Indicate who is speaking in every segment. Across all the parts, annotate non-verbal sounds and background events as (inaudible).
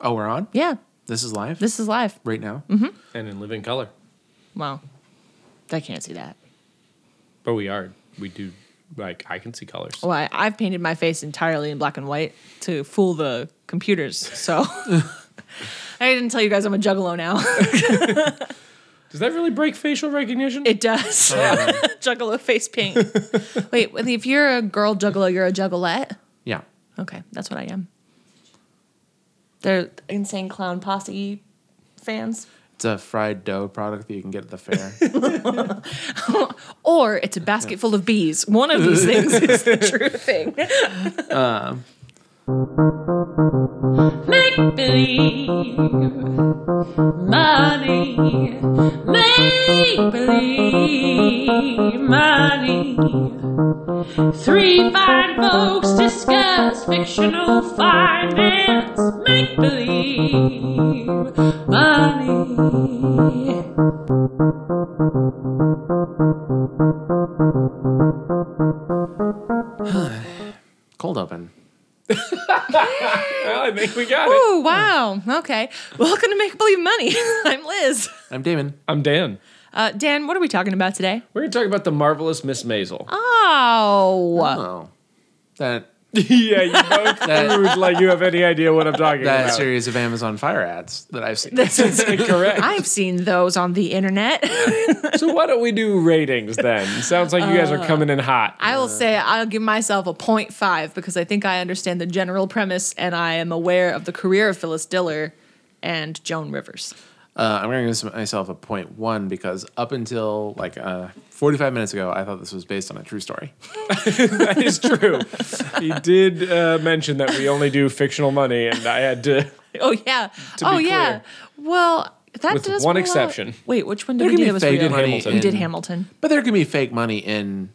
Speaker 1: Oh, we're on?
Speaker 2: Yeah,
Speaker 1: This is live?
Speaker 2: this Mm-hmm. is live.
Speaker 1: right now?
Speaker 3: and in living color.
Speaker 2: Well, I can't see that.
Speaker 3: But we are. We do like I can see colors.
Speaker 2: Well, I, I've painted my face entirely in black and white to fool the computers. So (laughs) I didn't tell you guys I'm a juggalo now.
Speaker 3: Does that really break facial recognition?
Speaker 2: It does. (laughs) juggalo face paint. Wait, if you're a girl juggalo, you're a juggalette.
Speaker 1: Yeah.
Speaker 2: Okay, that's what I am. They're insane clown posse fans.
Speaker 1: It's a fried dough product that you can get at the
Speaker 2: (laughs)
Speaker 1: fair.
Speaker 2: Or it's a basket full of bees. One of these things is the true thing.
Speaker 4: make believe money, make believe money. Three fine folks discuss fictional finance, make believe money.
Speaker 1: Cold open.
Speaker 3: well, I think we got it.
Speaker 2: Oh, wow. Okay. Welcome to Make Believe Money. (laughs) I'm Liz.
Speaker 1: I'm Damon.
Speaker 3: I'm Dan.
Speaker 2: Uh, Dan, what are we talking about today?
Speaker 3: We're gonna talk about the marvelous Miss Maisel.
Speaker 2: Oh.
Speaker 1: Oh. That
Speaker 3: (laughs) yeah, you both proved like you have any idea what I'm talking
Speaker 1: that series of Amazon Fire ads that I've seen.
Speaker 3: (laughs) Correct.
Speaker 2: I've seen those on the (laughs) internet.
Speaker 3: so why don't we do ratings then? Sounds like you guys are coming in hot.
Speaker 2: Uh, I will say I'll give myself a 0.5 because I think I understand the general premise and I am aware of the career of Phyllis Diller and Joan Rivers.
Speaker 1: Uh, I'm going to give myself a point one because up until like uh, 45 minutes ago, I thought this was based on a true story.
Speaker 3: that is true. he did uh, mention that we only do fictional money, and I had to.
Speaker 2: (laughs) Oh, yeah. oh,
Speaker 3: be
Speaker 2: yeah.
Speaker 3: clear.
Speaker 2: Well, that
Speaker 3: With
Speaker 2: does
Speaker 3: one
Speaker 2: rule out-
Speaker 3: exception.
Speaker 2: Wait, which one did
Speaker 1: There
Speaker 2: we
Speaker 1: can
Speaker 2: do
Speaker 1: be
Speaker 2: that was
Speaker 1: fake
Speaker 2: real?
Speaker 1: money.
Speaker 3: Hamilton.
Speaker 2: We
Speaker 1: in-
Speaker 2: did Hamilton.
Speaker 1: But there can be fake money in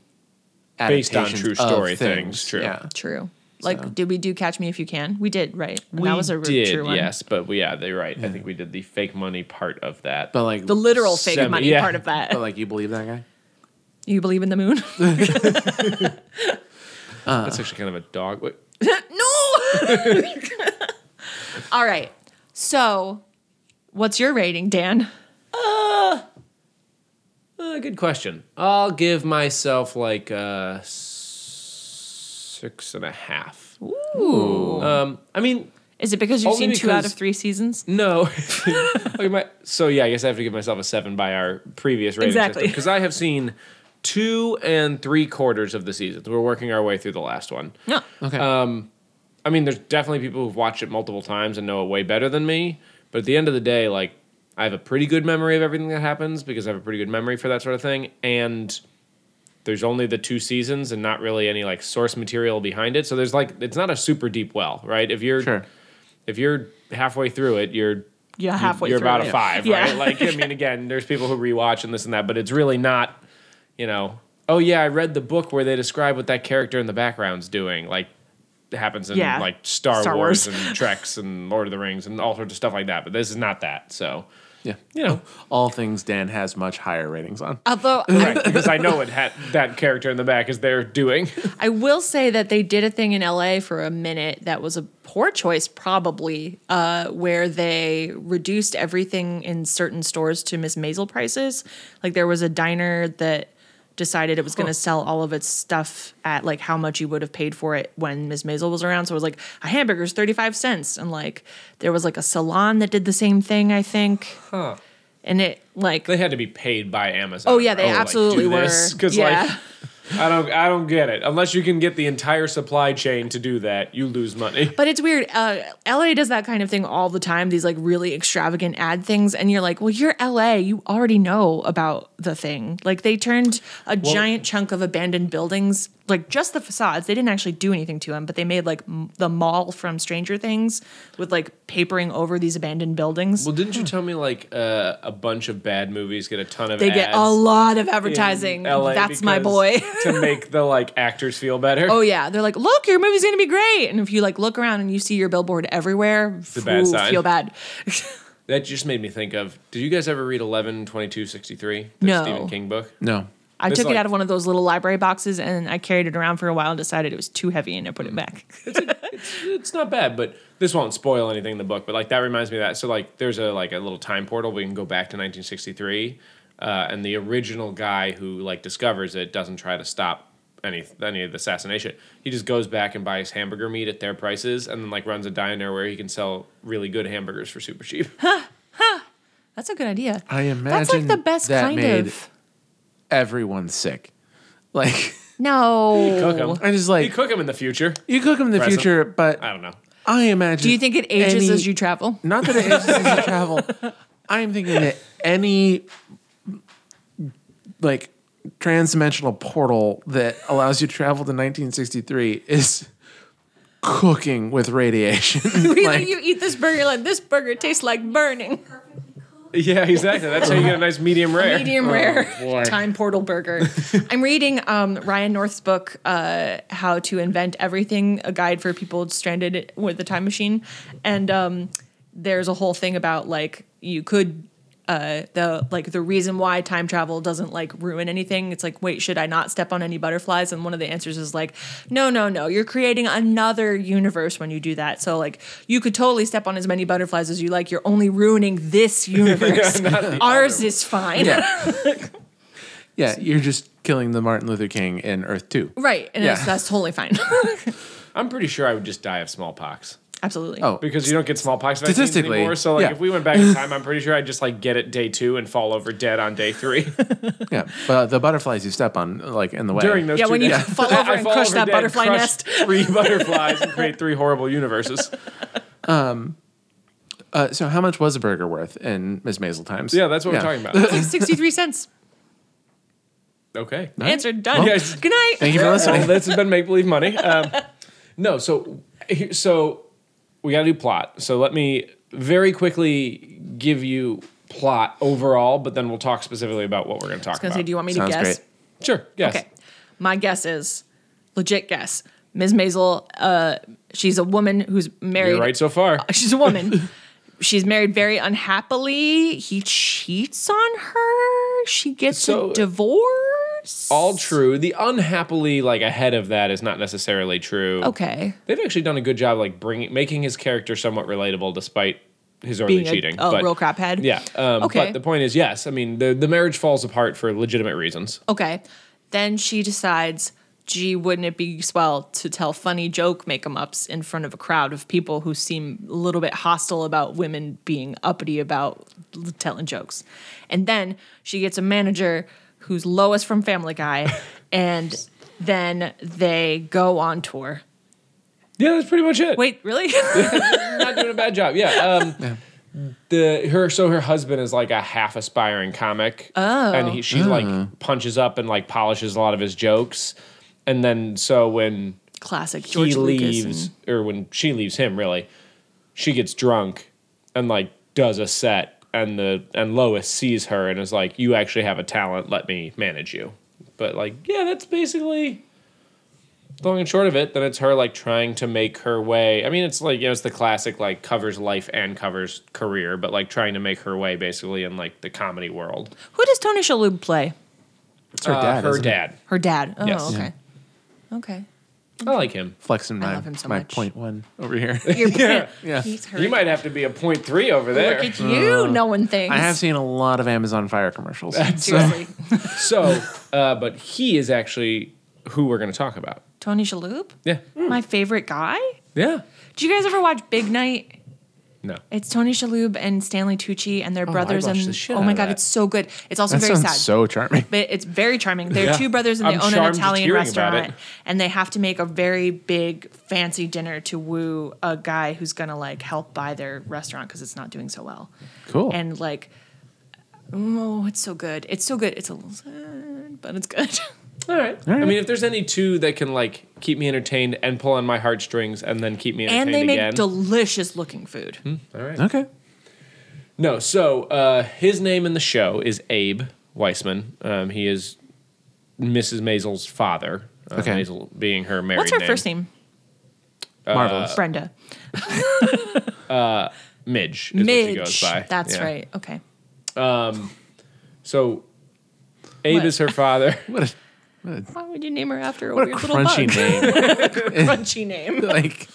Speaker 3: Based on
Speaker 1: adaptations
Speaker 3: true
Speaker 1: of
Speaker 3: story
Speaker 1: things.
Speaker 3: things, true.
Speaker 1: Yeah.
Speaker 2: True. Like, did we do Catch Me If You Can? We did, right? And
Speaker 3: we
Speaker 2: that was a r-
Speaker 3: did,
Speaker 2: true one.
Speaker 3: yes, but we, yeah, they're right. I think we did the fake money part of that.
Speaker 1: But like,
Speaker 2: The literal fake
Speaker 3: Semi-
Speaker 2: money
Speaker 3: yeah.
Speaker 2: part of that.
Speaker 3: (laughs)
Speaker 1: but like, you believe that guy?
Speaker 2: you believe in the moon? (laughs)
Speaker 3: That's actually kind of a dog. Wait,
Speaker 2: no! (laughs) All right. So, what's your rating, Dan?
Speaker 3: Uh, good question. I'll give myself like uh, s- six and a half.
Speaker 2: Ooh.
Speaker 3: Um, I mean,
Speaker 2: Is it because you've
Speaker 3: Only
Speaker 2: seen two out
Speaker 3: because-
Speaker 2: of three seasons?
Speaker 3: no. (laughs) Okay, my- so yeah, I guess I have to give myself a seven by our previous rating
Speaker 2: Exactly. (laughs)
Speaker 3: because I have seen two and three quarters of the seasons. We're working our way through the last one.
Speaker 2: No.
Speaker 1: Okay.
Speaker 3: Um, I mean, there's definitely people who've watched it multiple times and know it way better than me. But at the end of the day, like, I have a pretty good memory of everything that happens because I have a pretty good memory for that sort of thing. And there's only the two seasons and not really any like source material behind it. So there's like, it's not a super deep well, right? If you're
Speaker 1: sure.
Speaker 3: if you're halfway through it, you're
Speaker 2: Yeah, halfway
Speaker 3: you're
Speaker 2: through.
Speaker 3: about
Speaker 2: it.
Speaker 3: a five,
Speaker 2: Yeah.
Speaker 3: right? Like, I mean, again, there's people who rewatch and this and that, but it's really not, you know, oh yeah, I read the book where they describe what that character in the background's doing, like it happens in
Speaker 2: Yeah.
Speaker 3: like Star,
Speaker 2: Star
Speaker 3: Wars,
Speaker 2: Wars. (laughs)
Speaker 3: and Treks and Lord of the Rings and all sorts of stuff like that. But this is not that, so
Speaker 1: Yeah.
Speaker 3: you
Speaker 2: (laughs)
Speaker 3: know,
Speaker 1: All things Dan has much higher ratings on.
Speaker 2: (laughs) Although
Speaker 3: right? Because I know what ha- that character in the back is there doing. (laughs)
Speaker 2: I will say that they did a thing in LA for a minute that was a poor choice, probably, uh, where they reduced everything in certain stores to Miss Maisel prices. Like there was a diner that decided it was going to sell all of its stuff at like how much you would have paid for it when Miss Maisel was around. So it was like a hamburger's 35 cents. And like there was like a salon that did the same thing, I think. And it like,
Speaker 3: they had to be paid by Amazon.
Speaker 2: Oh, yeah, they absolutely were.
Speaker 3: Because
Speaker 2: Yeah.
Speaker 3: like, I don't, I don't get it. Unless you can get the entire supply chain to do that, you lose money.
Speaker 2: But it's weird. Uh, LA does that kind of thing all the time. These like really extravagant ad things, and you're like, "Well, you're LA. You already know about the thing." Like they turned a giant chunk of abandoned buildings, like just the facades. They didn't actually do anything to them, but they made like m- the mall from Stranger Things with like papering over these abandoned buildings.
Speaker 3: Well, didn't you tell me like uh, a bunch of bad movies get a ton of
Speaker 2: they get
Speaker 3: ads
Speaker 2: a lot of
Speaker 3: in
Speaker 2: advertising.
Speaker 3: LA
Speaker 2: That's my
Speaker 3: because-
Speaker 2: boy. (laughs)
Speaker 3: to make the like actors feel better.
Speaker 2: Oh yeah, they're like, look, your movie's gonna be great, and if you like look around and you see your billboard everywhere,
Speaker 3: a bad
Speaker 2: ooh,
Speaker 3: sign.
Speaker 2: feel bad.
Speaker 3: That just made me think of. Did you guys ever read Eleven Twenty Two Sixty Three?
Speaker 2: No.
Speaker 3: Stephen King book.
Speaker 1: No.
Speaker 2: I
Speaker 3: This,
Speaker 2: took
Speaker 3: like-
Speaker 2: it out of one of those little library boxes and I carried it around for a while and decided it was too heavy and I put it back.
Speaker 3: it's not bad, but this won't spoil anything in the book. But like that reminds me of that. So like there's a like a little time portal we can go back to 1963, uh, and the original guy who like discovers it doesn't try to stop any any of the assassination. He just goes back and buys hamburger meat at their prices, and then like runs a diner where he can sell really good hamburgers for super cheap.
Speaker 2: That's a good idea.
Speaker 1: I imagine
Speaker 2: That's like the best
Speaker 1: that
Speaker 2: kind
Speaker 1: made
Speaker 2: of.
Speaker 1: everyone sick. Like
Speaker 3: (laughs)
Speaker 1: (laughs)
Speaker 3: cook
Speaker 2: No.
Speaker 3: 'em.
Speaker 1: I just
Speaker 3: you
Speaker 1: like
Speaker 3: cook them in the future.
Speaker 1: you cook them in the
Speaker 3: Present.
Speaker 1: future, but
Speaker 3: I don't know.
Speaker 1: I imagine.
Speaker 2: Do you think it ages
Speaker 1: any-
Speaker 2: as you travel? (laughs)
Speaker 1: Not that it ages as you travel. (laughs) I'm thinking that any like transdimensional portal that allows you to travel to 1963 is cooking with radiation. (laughs)
Speaker 2: Really,
Speaker 1: Like,
Speaker 2: you eat this burger, you're like this burger tastes like burning.
Speaker 3: Yeah, exactly. That's how you get a nice medium rare.
Speaker 2: medium rare
Speaker 3: Oh, boy.
Speaker 2: (laughs) time portal burger. I'm reading um, Ryan North's book, uh, How to Invent Everything: A Guide for People Stranded with the Time Machine, and um, there's a whole thing about like you could. Uh, the like the reason why time travel doesn't like ruin anything. It's like, wait, should I not step on any butterflies? And one of the answers is like, no, no, no. You're creating another universe when you do that. So like, you could totally step on as many butterflies as you like. You're only ruining
Speaker 3: (laughs)
Speaker 2: this universe.
Speaker 3: not the
Speaker 2: Ours is fine.
Speaker 1: yeah. yeah, you're just killing the Martin Luther King in Earth 2.
Speaker 2: Right. And
Speaker 1: Yeah.
Speaker 2: it's, that's totally fine. (laughs)
Speaker 3: I'm pretty sure I would just die of smallpox.
Speaker 2: Absolutely.
Speaker 1: Oh.
Speaker 3: because you don't get smallpox vaccines
Speaker 1: Statistically,
Speaker 3: anymore. So like,
Speaker 1: yeah.
Speaker 3: if we went
Speaker 1: (laughs)
Speaker 3: back in time, I'm pretty sure I'd just like get it day two and fall over dead on day
Speaker 1: (laughs)
Speaker 3: three
Speaker 1: Yeah, but the butterflies you step on like in the way.
Speaker 3: during those.
Speaker 2: Yeah,
Speaker 3: two
Speaker 2: when you
Speaker 3: days.
Speaker 2: fall over
Speaker 3: (laughs) I
Speaker 2: and crush that
Speaker 3: dead,
Speaker 2: butterfly
Speaker 3: crush
Speaker 2: nest.
Speaker 3: three
Speaker 2: (laughs)
Speaker 3: butterflies and create three
Speaker 1: (laughs)
Speaker 3: horrible universes.
Speaker 1: uh, so how much was a burger worth in Miss Maisel times?
Speaker 3: Yeah, that's what we're
Speaker 1: (laughs)
Speaker 3: talking about.
Speaker 2: Like 63 cents.
Speaker 3: Okay.
Speaker 2: Answered. Done.
Speaker 3: Yes.
Speaker 2: Good night.
Speaker 1: Thank you for listening.
Speaker 3: Well, this has been make
Speaker 1: (laughs)
Speaker 3: believe money. Um, no, so here- so we got to do plot. So let me very quickly give you plot overall, but then we'll talk specifically about what we're going to talk
Speaker 2: I was going
Speaker 3: about.
Speaker 2: to say, do you want me to
Speaker 1: Sounds
Speaker 2: guess?
Speaker 1: great.
Speaker 3: sure. Yes.
Speaker 2: Okay. My guess is legit guess. Ms. Maisel, uh, she's a woman who's married.
Speaker 3: You're right so far.
Speaker 2: (laughs) She's a woman. she's married very unhappily. He cheats on her. She gets
Speaker 3: So-
Speaker 2: a divorce.
Speaker 3: All true. The unhappily like ahead of that is not necessarily true.
Speaker 2: Okay.
Speaker 3: They've actually done a good job like bringing making his character somewhat relatable despite his early
Speaker 2: Being a-
Speaker 3: cheating.
Speaker 2: a
Speaker 3: but,
Speaker 2: real craphead.
Speaker 3: Yeah. Um,
Speaker 2: Okay.
Speaker 3: But the point is, yes. I mean, the the marriage falls apart for legitimate reasons.
Speaker 2: Okay. Then she decides, gee, wouldn't it be swell to tell funny joke make em ups in front of a crowd of people who seem a little bit hostile about women being uppity about l- telling jokes. And then she gets a manager who's Lois from Family
Speaker 3: (laughs)
Speaker 2: Guy, and then they go on tour.
Speaker 3: Yeah, that's pretty much it.
Speaker 2: Wait, really?
Speaker 3: (laughs)
Speaker 2: (laughs)
Speaker 3: not doing a bad job. Yeah. Um, The her so her husband is like a half aspiring comic. Oh. And he, she like punches up and like polishes a lot of his jokes, and then so when
Speaker 2: Classic George
Speaker 3: he
Speaker 2: Lucas.
Speaker 3: leaves
Speaker 2: and-
Speaker 3: or when she leaves him really she gets drunk and like does a set and the and lois sees her and is like you actually have a talent let me manage you but like yeah that's basically long and short of it then it's her like trying to make her way i mean it's like you know it's the classic like covers life and covers career but like trying to make her way basically in like the comedy world
Speaker 2: Who does Tony Shalhoub play?
Speaker 1: It's her
Speaker 3: Uh,
Speaker 1: dad.
Speaker 3: her
Speaker 1: isn't it?
Speaker 3: dad
Speaker 2: Her dad. Oh,
Speaker 3: Yes.
Speaker 2: okay. Okay.
Speaker 3: i like him
Speaker 1: Flexing my,
Speaker 2: love him so
Speaker 1: my
Speaker 2: much.
Speaker 1: point one over
Speaker 2: (laughs)
Speaker 1: here.
Speaker 2: Your yeah.
Speaker 1: Yeah.
Speaker 2: He's her.
Speaker 3: you might have to be a point three over there
Speaker 2: Look at you knowing things.
Speaker 1: I have seen a lot of Amazon Fire commercials.
Speaker 2: Seriously.
Speaker 3: So, uh, but he is actually who we're going to talk about.
Speaker 2: Tony Shalhoub,
Speaker 3: Yeah.
Speaker 2: my favorite guy.
Speaker 3: Yeah.
Speaker 2: Do you guys ever watch Big Night?
Speaker 3: No.
Speaker 2: It's Tony Shalhoub and Stanley Tucci and their brothers.
Speaker 3: watched
Speaker 2: and
Speaker 3: the shit
Speaker 2: oh
Speaker 3: out
Speaker 2: my
Speaker 3: of
Speaker 2: god,
Speaker 3: that.
Speaker 2: it's so good. It's also
Speaker 1: That
Speaker 2: very
Speaker 1: sounds
Speaker 2: sad.
Speaker 1: so charming.
Speaker 2: but it's very charming. They're
Speaker 3: Yeah.
Speaker 2: two brothers and they
Speaker 3: I'm
Speaker 2: own an
Speaker 3: charmed just
Speaker 2: Italian
Speaker 3: hearing about
Speaker 2: restaurant,
Speaker 3: it.
Speaker 2: and they have to make a very big fancy dinner to woo a guy who's gonna like help buy their restaurant because it's not doing so well.
Speaker 1: Cool.
Speaker 2: And like, oh, it's so good. It's so good. It's a little sad, but it's good.
Speaker 3: All right.
Speaker 1: All right.
Speaker 3: I mean, if there's any two that can like keep me entertained and pull on my heartstrings and then keep me entertained
Speaker 2: and they make
Speaker 3: again.
Speaker 2: delicious looking food.
Speaker 3: All right.
Speaker 1: okay.
Speaker 3: No. So uh, his name in the show is Abe Weissman. Um, he is Mrs. Maisel's father. Uh,
Speaker 1: Okay.
Speaker 3: Maisel being her married.
Speaker 2: What's her first name?
Speaker 1: Marvelous.
Speaker 2: Brenda.
Speaker 3: Midge. Is What she
Speaker 2: Midge.
Speaker 3: goes by.
Speaker 2: That's
Speaker 3: Yeah.
Speaker 2: right. Okay.
Speaker 3: So Abe
Speaker 2: What?
Speaker 3: is
Speaker 2: (laughs)
Speaker 3: her father.
Speaker 1: What a,
Speaker 2: Why would you name her after a
Speaker 1: what a
Speaker 2: weird
Speaker 1: crunchy
Speaker 2: little
Speaker 1: name.
Speaker 2: bug? (laughs) crunchy name.
Speaker 1: like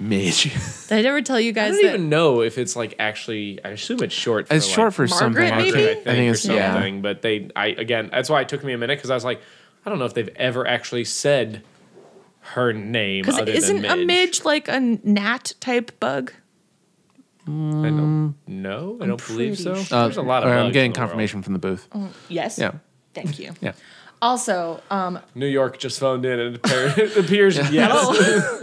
Speaker 1: Midge.
Speaker 2: Did I ever tell you
Speaker 3: I
Speaker 2: guys
Speaker 3: don't
Speaker 2: that?
Speaker 3: even know if it's like actually. I assume it's short. For
Speaker 1: It's
Speaker 3: like,
Speaker 1: short for
Speaker 2: Margaret,
Speaker 1: something.
Speaker 2: maybe?
Speaker 3: Margaret, I think,
Speaker 1: I think
Speaker 3: or
Speaker 1: it's yeah.
Speaker 3: something. But they, I again, that's why it took me a minute because I was like, I don't know if they've ever actually said her name.
Speaker 2: Because
Speaker 3: other
Speaker 2: isn't
Speaker 3: than
Speaker 2: a midge like a gnat type bug?
Speaker 3: I don't, no, I don't believe so.
Speaker 2: pretty
Speaker 3: There's a lot of.
Speaker 1: Uh, Mm. I'm getting
Speaker 3: bugs in the world.
Speaker 1: confirmation from the booth.
Speaker 2: Oh. Yes.
Speaker 1: Yeah.
Speaker 2: Thank you.
Speaker 1: Yeah.
Speaker 2: Also, um,
Speaker 3: New York just phoned in and (laughs) it appears, it appears yes.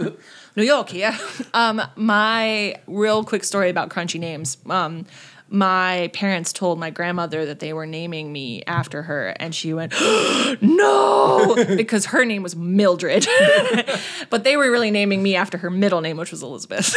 Speaker 2: (laughs) Oh. New York, yeah. (laughs) Um, my real quick story about crunchy names. Um, my parents told my grandmother that they were naming me after her, and she went, (gasps)
Speaker 3: (laughs)
Speaker 2: "No," because her name was Mildred, (laughs) but they were really naming me after her middle name, which was Elizabeth.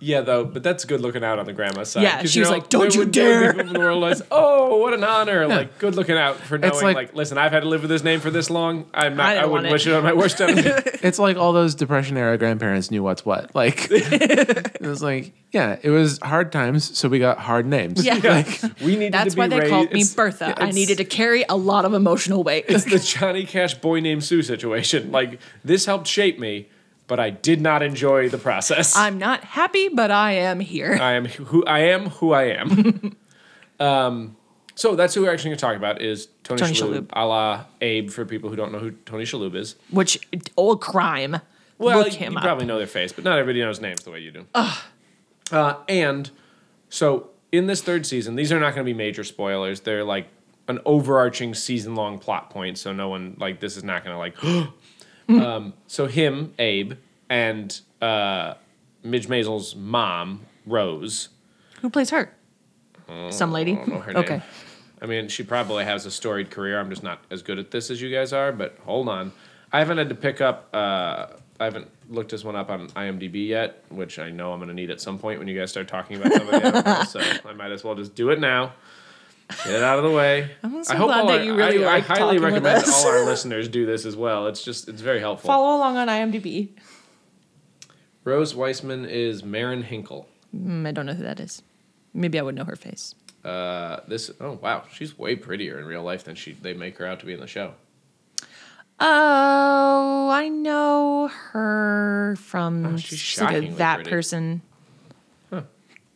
Speaker 3: Yeah, though, but that's good looking out on the grandma side.
Speaker 2: Yeah,
Speaker 3: 'Cause,
Speaker 2: she was like, "Don't
Speaker 3: there
Speaker 2: you
Speaker 3: would- there would
Speaker 2: dare."
Speaker 3: be people in the
Speaker 2: (laughs)
Speaker 3: world like, oh, what an honor! Like, good looking out for knowing.
Speaker 1: like-
Speaker 3: Like, listen, I've had to live with this name for this long. I'm not.
Speaker 2: I
Speaker 3: I,
Speaker 2: don't want
Speaker 3: wouldn't
Speaker 2: it."
Speaker 3: wish it on my
Speaker 2: (laughs)
Speaker 3: worst enemy.
Speaker 1: It's like all those Depression era grandparents knew what's what.
Speaker 2: (laughs)
Speaker 1: Like it was like, yeah, it was hard times, so we got hard names.
Speaker 2: Yeah. (laughs)
Speaker 1: Like
Speaker 3: We needed
Speaker 2: That's
Speaker 3: to be
Speaker 2: why they
Speaker 3: raised-
Speaker 2: called me
Speaker 3: it's-
Speaker 2: Bertha.
Speaker 3: yeah,
Speaker 2: I
Speaker 3: it's-
Speaker 2: needed to carry a lot of emotional weight.
Speaker 3: It's the Johnny Cash boy named Sue situation. Like this helped shape me, but I did not enjoy the
Speaker 2: (laughs)
Speaker 3: process.
Speaker 2: I'm not happy, but I am here.
Speaker 3: I am who I am. Who I am. um,
Speaker 2: (laughs)
Speaker 3: so that's who we're actually going to talk about is Tony,
Speaker 2: Tony
Speaker 3: Shalhoub,
Speaker 2: Shalhoub.
Speaker 3: a la Abe. For people who don't know who Tony Shalhoub is,
Speaker 2: Which old crime.
Speaker 3: well,
Speaker 2: Look
Speaker 3: you-
Speaker 2: him
Speaker 3: you
Speaker 2: up.
Speaker 3: probably know their face, but not everybody knows names the way you do. Uh, and so in this third season, these are not going to be major spoilers. They're like an overarching season-long plot point, so no one like this is not going to like. (gasps) um, so him, Abe, and uh, Midge Maisel's mom, Rose.
Speaker 2: Who plays her? Some lady.
Speaker 3: Oh, I don't know her
Speaker 2: okay.
Speaker 3: name. I mean, she probably has a storied career. I'm just not as good at this as you guys are, but hold on. I haven't had to pick up, uh, I haven't looked this one up on IMDb yet, which I know I'm going to need at some point when you guys start talking about some of the
Speaker 2: (laughs)
Speaker 3: animals, so I might as well just do it now. Get it out of the way. I'm
Speaker 2: so glad that you really
Speaker 3: I,
Speaker 2: like
Speaker 3: I highly
Speaker 2: talking with
Speaker 3: recommend
Speaker 2: us.
Speaker 3: all
Speaker 2: (laughs)
Speaker 3: our listeners do this as well. It's just, it's very helpful.
Speaker 2: Follow along on IMDb.
Speaker 3: Rose Weissman is Marin Hinkle.
Speaker 2: Mm, I don't know who that is. Maybe I would know her face.
Speaker 3: Uh, this, oh wow, she's way prettier in real life than she they make her out to be in the show.
Speaker 2: Oh, I know her from
Speaker 3: Oh, she's
Speaker 2: she's like a
Speaker 3: shockingly
Speaker 2: that
Speaker 3: pretty.
Speaker 2: person.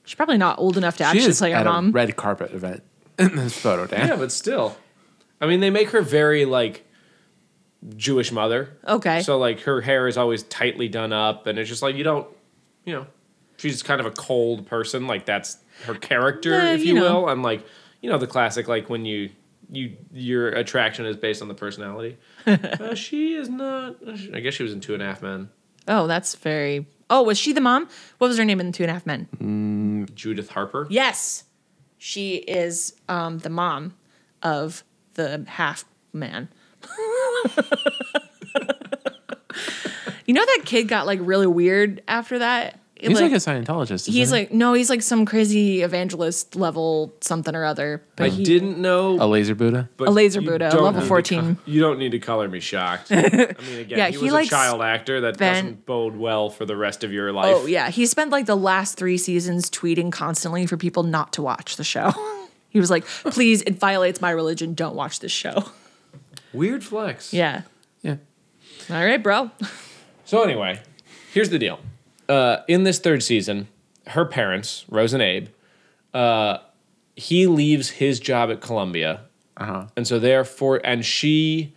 Speaker 2: She's probably not old enough to
Speaker 1: she
Speaker 2: actually
Speaker 1: is
Speaker 2: play her
Speaker 1: at a
Speaker 2: mom.
Speaker 1: red carpet event in this photo, Dan.
Speaker 3: Yeah, but still. I mean, they make her very like Jewish mother.
Speaker 2: Okay.
Speaker 3: So like her hair is always tightly done up and it's just like you don't, you know, she's kind of a cold person, like that's her character
Speaker 2: Uh,
Speaker 3: if
Speaker 2: you
Speaker 3: you,
Speaker 2: know.
Speaker 3: will, and like, you know, the classic like when you you your attraction is based on
Speaker 2: (laughs)
Speaker 3: the personality. uh, she is not I guess she was in Two and a Half Men.
Speaker 2: oh, that's very. Oh, was she the mom? What was her name in Two and a Half Men?
Speaker 3: Judith Harper.
Speaker 2: Yes, she is um, the mom of the half man. (laughs) you know that kid got like really weird after that.
Speaker 1: He's like, a Scientologist.
Speaker 2: he's
Speaker 1: isn't he?
Speaker 2: like no, he's like some crazy evangelist level something or other. But
Speaker 3: I
Speaker 2: he,
Speaker 3: didn't know
Speaker 1: a laser Buddha.
Speaker 3: but
Speaker 2: a laser
Speaker 3: you
Speaker 2: Buddha,
Speaker 3: don't
Speaker 2: level
Speaker 3: need to
Speaker 2: 14.
Speaker 3: co- you don't need to color me
Speaker 2: (laughs)
Speaker 3: shocked. I mean, again,
Speaker 2: Yeah,
Speaker 3: he
Speaker 2: he
Speaker 3: was
Speaker 2: likes
Speaker 3: a child actor. That
Speaker 2: Ben-
Speaker 3: doesn't bode well for the rest of your life.
Speaker 2: oh yeah, he spent like the last three seasons tweeting constantly for people not to watch the show. (laughs) he was like, please, it violates my religion. Don't watch this show.
Speaker 3: Weird flex.
Speaker 2: Yeah.
Speaker 1: Yeah.
Speaker 2: (laughs) All right, bro.
Speaker 3: So anyway, here's the deal. Uh, in this third season, her parents, Rose and Abe, uh, he leaves his job at Columbia,
Speaker 1: Uh-huh.
Speaker 3: and so therefore, and she,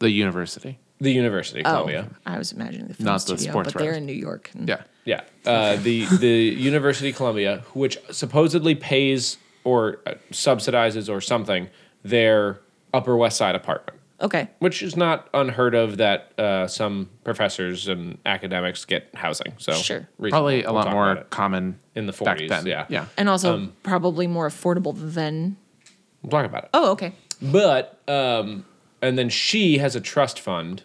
Speaker 1: The university.
Speaker 3: the university,
Speaker 2: Oh.
Speaker 3: Columbia.
Speaker 2: I was imagining the film
Speaker 1: Oh, Not the
Speaker 2: studio,
Speaker 1: sports
Speaker 2: but they're
Speaker 1: route.
Speaker 2: in New York. and-
Speaker 1: Yeah.
Speaker 3: Yeah, uh, the the University of Columbia, which supposedly pays or uh, subsidizes or something their Upper West Side apartment,
Speaker 2: Okay.
Speaker 3: which is not unheard of that uh, some professors and academics get housing. So
Speaker 2: Sure.
Speaker 3: reasonable.
Speaker 1: Probably a
Speaker 3: We'll
Speaker 1: lot
Speaker 3: talk
Speaker 1: more
Speaker 3: about it.
Speaker 1: common
Speaker 3: In the
Speaker 1: back
Speaker 3: 40s,
Speaker 1: then.
Speaker 3: yeah.
Speaker 1: Yeah.
Speaker 2: And also
Speaker 1: Um,
Speaker 2: probably more affordable than.
Speaker 3: We'll talk about it.
Speaker 2: Oh, okay.
Speaker 3: But um, and then she has a trust fund.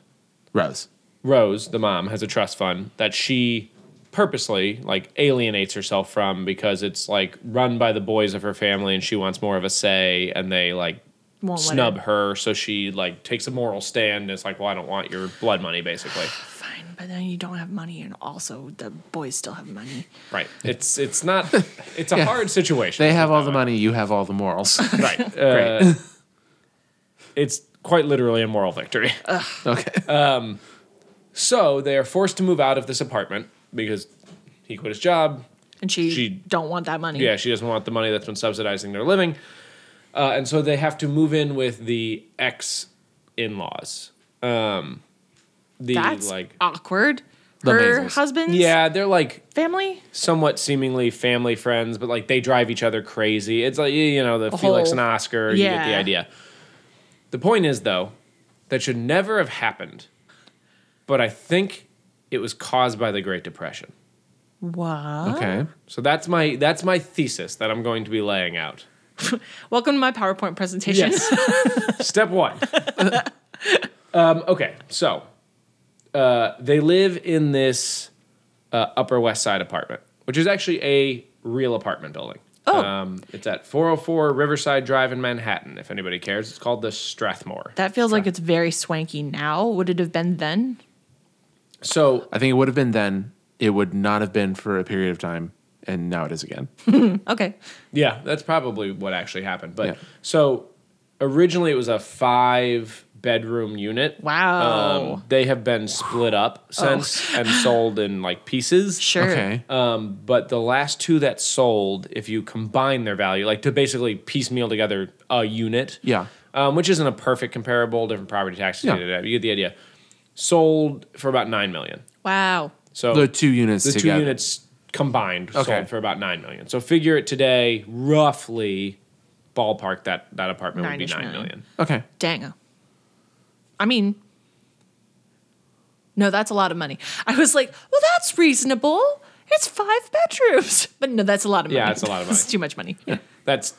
Speaker 1: Rose.
Speaker 3: Rose, the mom, has a trust fund that she purposely like alienates herself from because it's like run by the boys of her family and she wants more of a say and they like
Speaker 2: Won't let
Speaker 3: snub her so she like takes a moral stand and it's like well I don't want your blood money basically.
Speaker 2: Fine, but then you don't have money, and also the boys still have money.
Speaker 3: Right. It's it's not it's a hard
Speaker 1: (laughs)
Speaker 3: situation.
Speaker 1: They have all the money, you have all the morals.
Speaker 3: Right. Uh, (laughs) it's quite literally a moral victory.
Speaker 1: Okay.
Speaker 3: So they are forced to move out of this apartment because he quit his job.
Speaker 2: and she,
Speaker 3: She-
Speaker 2: don't want that money.
Speaker 3: Yeah, she doesn't want the money that's been subsidizing their living, uh, and so they have to move in with the ex in laws. Um, the
Speaker 2: That's
Speaker 3: like,
Speaker 2: awkward.
Speaker 1: The
Speaker 2: Her
Speaker 1: Maisels.
Speaker 2: husband's
Speaker 3: yeah, they're like
Speaker 2: family.
Speaker 3: somewhat seemingly family friends, but like they drive each other crazy. It's like you know the
Speaker 2: The
Speaker 3: Felix
Speaker 2: whole-
Speaker 3: and Oscar. You get the
Speaker 2: Yeah.
Speaker 3: idea. The point is though, that should never have happened, but I think it was caused by the Great Depression.
Speaker 2: Wow.
Speaker 1: okay.
Speaker 3: So that's my that's my thesis that I'm going to be laying out.
Speaker 2: Welcome to my PowerPoint presentation.
Speaker 3: (laughs) Step one. um, okay, so uh, they live in this uh, Upper West Side apartment, which is actually a real apartment building.
Speaker 2: Oh.
Speaker 3: Um, it's at 404 Riverside Drive in Manhattan, if anybody cares. It's called the Strathmore.
Speaker 2: (laughs) that feels like it's very swanky now. Would it have been then?
Speaker 3: So
Speaker 1: I think it would have been then. It would not have been for a period of time, and now it is again.
Speaker 2: Okay.
Speaker 3: Yeah, that's probably what actually happened. But
Speaker 1: Yeah.
Speaker 3: so originally it was a five bedroom unit.
Speaker 2: Wow. Oh.
Speaker 3: Um, they have been split up since and sold in like pieces.
Speaker 2: Sure.
Speaker 1: Okay.
Speaker 3: Um, but the last two that sold, if you combine their value, like to basically piecemeal together a unit,
Speaker 1: Yeah.
Speaker 3: um, which isn't a perfect comparable, different property taxes,
Speaker 1: Yeah.
Speaker 3: da, da, da, you get the idea. Sold for about nine million.
Speaker 2: Wow.
Speaker 3: So
Speaker 1: the two units
Speaker 3: the
Speaker 1: together.
Speaker 3: two units combined
Speaker 1: Okay.
Speaker 3: sold for about nine million. So figure it today, roughly ballpark that that apartment would be
Speaker 2: Nine-ish
Speaker 3: nine million.
Speaker 2: million.
Speaker 1: Okay.
Speaker 2: Dang. I mean, no, that's a lot of money. I was like, well, that's reasonable. It's five bedrooms. (laughs) But no, that's a lot of money.
Speaker 3: Yeah, it's a lot of
Speaker 2: (laughs)
Speaker 3: money.
Speaker 2: it's too much money.
Speaker 3: That's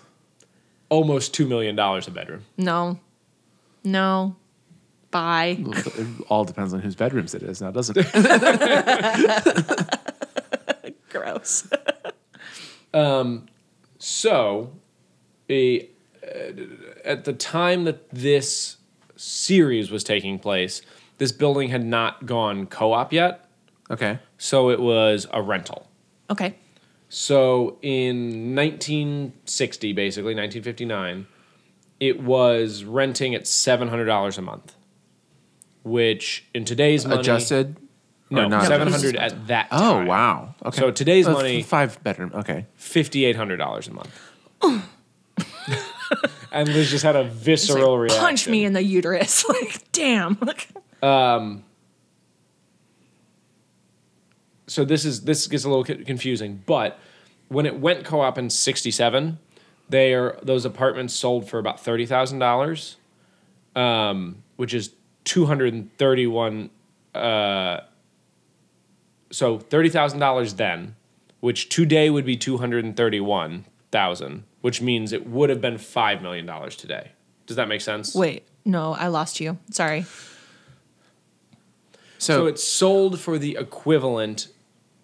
Speaker 3: almost two million dollars a bedroom.
Speaker 2: No. No. Bye.
Speaker 1: Well, It all depends on whose bedrooms it is now, doesn't it? (laughs)
Speaker 2: Gross. (laughs)
Speaker 3: So, a, uh, at the time that this series was taking place, this building had not gone co-op yet,
Speaker 1: Okay.
Speaker 3: so it was a rental.
Speaker 2: Okay.
Speaker 3: So in 1960, basically 1959, it was renting at $700 a month, which in today's money
Speaker 1: Adjusted.
Speaker 3: no
Speaker 1: or not?
Speaker 3: 700 at that
Speaker 1: Oh
Speaker 3: time.
Speaker 1: wow. Okay.
Speaker 3: So today's
Speaker 1: A f-
Speaker 3: money-
Speaker 1: five bedroom. Okay.
Speaker 3: $5,800 a month. (laughs) and Liz just had a visceral
Speaker 2: Like,
Speaker 3: reaction.
Speaker 2: punch me in the uterus. (laughs) like, damn.
Speaker 3: so this is this gets a little co- confusing, but when it went co-op in '67, they are those apartments sold for about thirty thousand dollars, um, which is two hundred and thirty-one. Uh, so thirty thousand dollars then, which today would be two hundred and thirty-one thousand, which means it would have been five million dollars today. Does that make sense?
Speaker 2: Wait, no, I lost you. Sorry.
Speaker 1: So,
Speaker 3: So it's sold for the equivalent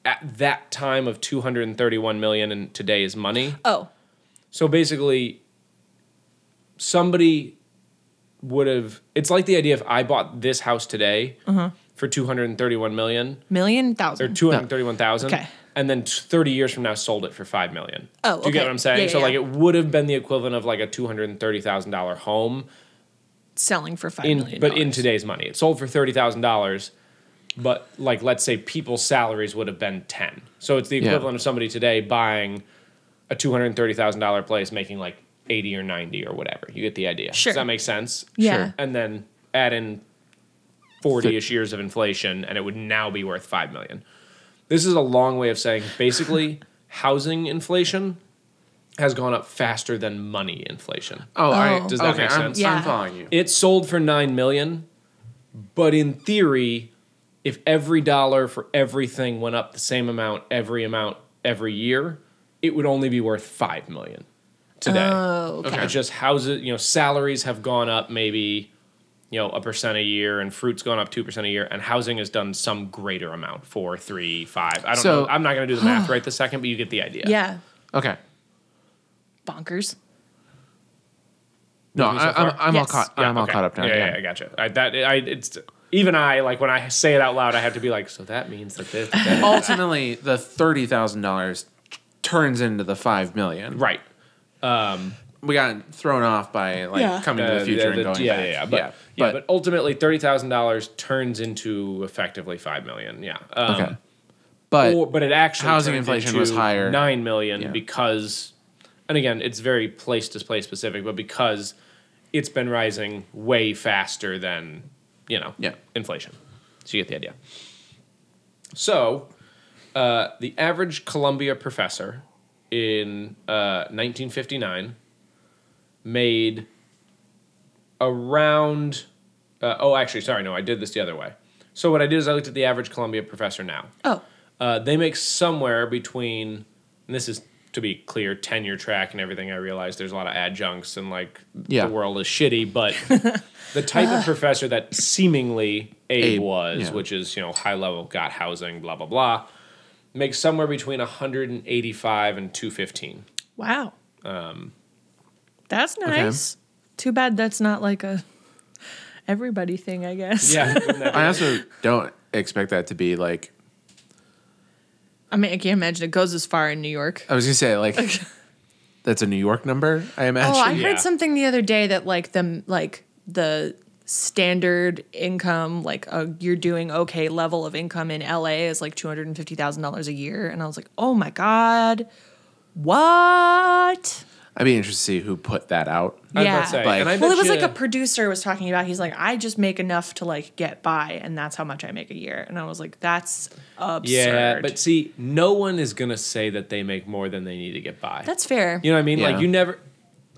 Speaker 3: at that time of 231 million in today's money.
Speaker 2: Oh,
Speaker 3: So basically somebody would have it's like the idea if I bought this house today
Speaker 2: Uh-huh.
Speaker 3: for 231 million
Speaker 2: million
Speaker 3: or
Speaker 2: thousand.
Speaker 3: 231,000
Speaker 2: Okay.
Speaker 3: and then t- 30 years from now sold it for 5 million.
Speaker 2: Oh,
Speaker 3: Do you get
Speaker 2: okay.
Speaker 3: what I'm saying?
Speaker 2: Yeah, yeah,
Speaker 3: so like
Speaker 2: yeah.
Speaker 3: it would have been the equivalent of like a $230,000 home
Speaker 2: selling for five
Speaker 3: in
Speaker 2: million.
Speaker 3: but in
Speaker 2: dollars.
Speaker 3: today's money it sold for $30000 but like let's say people's salaries would have been 10 so it's the
Speaker 1: Yeah.
Speaker 3: equivalent of somebody today buying a $230000 place making like 80 or 90 or whatever you get the idea
Speaker 2: Sure.
Speaker 3: does that make sense
Speaker 2: Yeah. Sure.
Speaker 3: and then add in 40ish years of inflation and it would now be worth 5 million this is a long way of saying basically (laughs) housing inflation has gone up faster than money inflation
Speaker 1: oh, I,
Speaker 2: Oh.
Speaker 1: does
Speaker 2: Does
Speaker 1: that
Speaker 3: that
Speaker 1: okay,
Speaker 3: make
Speaker 1: I'm,
Speaker 3: sense?
Speaker 1: I'm
Speaker 2: Yeah.
Speaker 1: following you.
Speaker 3: it sold for nine million, but in theory, if every dollar for everything went up the same amount every amount every year, it would only be worth five million today.
Speaker 2: Oh, okay.
Speaker 3: It's Just houses, you know, salaries have gone up maybe, you know, a percent a year, and fruit's gone up two percent a year, and housing has done some greater amount four, three, five. I don't
Speaker 1: So-
Speaker 3: know. I'm not going to do the
Speaker 2: (gasps)
Speaker 3: math right this second, but you get the idea.
Speaker 2: yeah,
Speaker 1: Okay.
Speaker 2: bonkers.
Speaker 1: No,
Speaker 3: With me so
Speaker 1: I, I'm,
Speaker 3: far?
Speaker 1: I'm
Speaker 2: Yes.
Speaker 1: all caught.
Speaker 3: Yeah,
Speaker 1: I'm all
Speaker 3: okay.
Speaker 1: caught up now.
Speaker 3: Yeah, yeah, I gotcha. I, that I, it's even I like when I say it out loud, I have to be like, so that means that this, that-
Speaker 1: Ultimately, the thirty thousand dollars turns into the five million.
Speaker 3: right? Um,
Speaker 1: we got thrown off by like
Speaker 2: Yeah.
Speaker 1: coming to
Speaker 3: Uh,
Speaker 1: the future
Speaker 3: the-
Speaker 1: and going
Speaker 3: yeah,
Speaker 1: back.
Speaker 3: yeah, yeah, but, yeah, but, ultimately, thirty thousand dollars turns into effectively five million. Yeah, um,
Speaker 1: okay. But
Speaker 3: or, but it actually
Speaker 1: Housing
Speaker 3: turned
Speaker 1: inflation
Speaker 3: into
Speaker 1: was higher.
Speaker 3: nine million
Speaker 1: Yeah.
Speaker 3: because, and again, it's very place to place specific, but because it's been rising way faster than you know
Speaker 1: Yeah.
Speaker 3: inflation. So you get the idea. So, uh, the average Columbia professor in uh, 1959 made around. Uh, oh, actually, sorry, no, I did this the other way. So what I did is I looked at the average Columbia professor now.
Speaker 2: Oh,
Speaker 3: Uh, they make somewhere between, and this is to be clear, tenure track and everything. I realize there's a lot of adjuncts and like
Speaker 1: Yeah.
Speaker 3: the world is
Speaker 1: (laughs)
Speaker 3: shitty, but the type of professor that seemingly Abe,
Speaker 1: Abe,
Speaker 3: was,
Speaker 1: yeah.
Speaker 3: which is you know high level, got housing, blah blah blah, makes somewhere between 185 and 215.
Speaker 2: wow. Um, that's nice. Too bad that's not like a everybody thing, I guess.
Speaker 1: (laughs)
Speaker 3: Yeah, wouldn't that be
Speaker 1: I
Speaker 3: nice?
Speaker 1: also don't expect that to be like
Speaker 2: I mean, I can't imagine it goes as far in New York.
Speaker 1: I was gonna say
Speaker 2: (laughs)
Speaker 1: like that's a New York number, I imagine.
Speaker 2: Oh, I
Speaker 3: yeah.
Speaker 2: heard something the other day that like the like the standard income, like a, you're doing okay level of income in LA is like two hundred and fifty thousand dollars a year, and I was like, oh my god, what?
Speaker 1: I'd be interested to see who put that out.
Speaker 3: I was about to say,
Speaker 1: Like-
Speaker 3: and I
Speaker 2: well, it
Speaker 3: bet
Speaker 2: was like
Speaker 3: you-
Speaker 2: a producer was talking about. He's like, I just make enough to like get by, and that's how much I make a year. And I was like, that's absurd.
Speaker 3: Yeah, but see, no one is gonna say that they make more than they need to get by.
Speaker 2: that's fair.
Speaker 3: You know what I mean?
Speaker 1: Yeah.
Speaker 3: Like you never.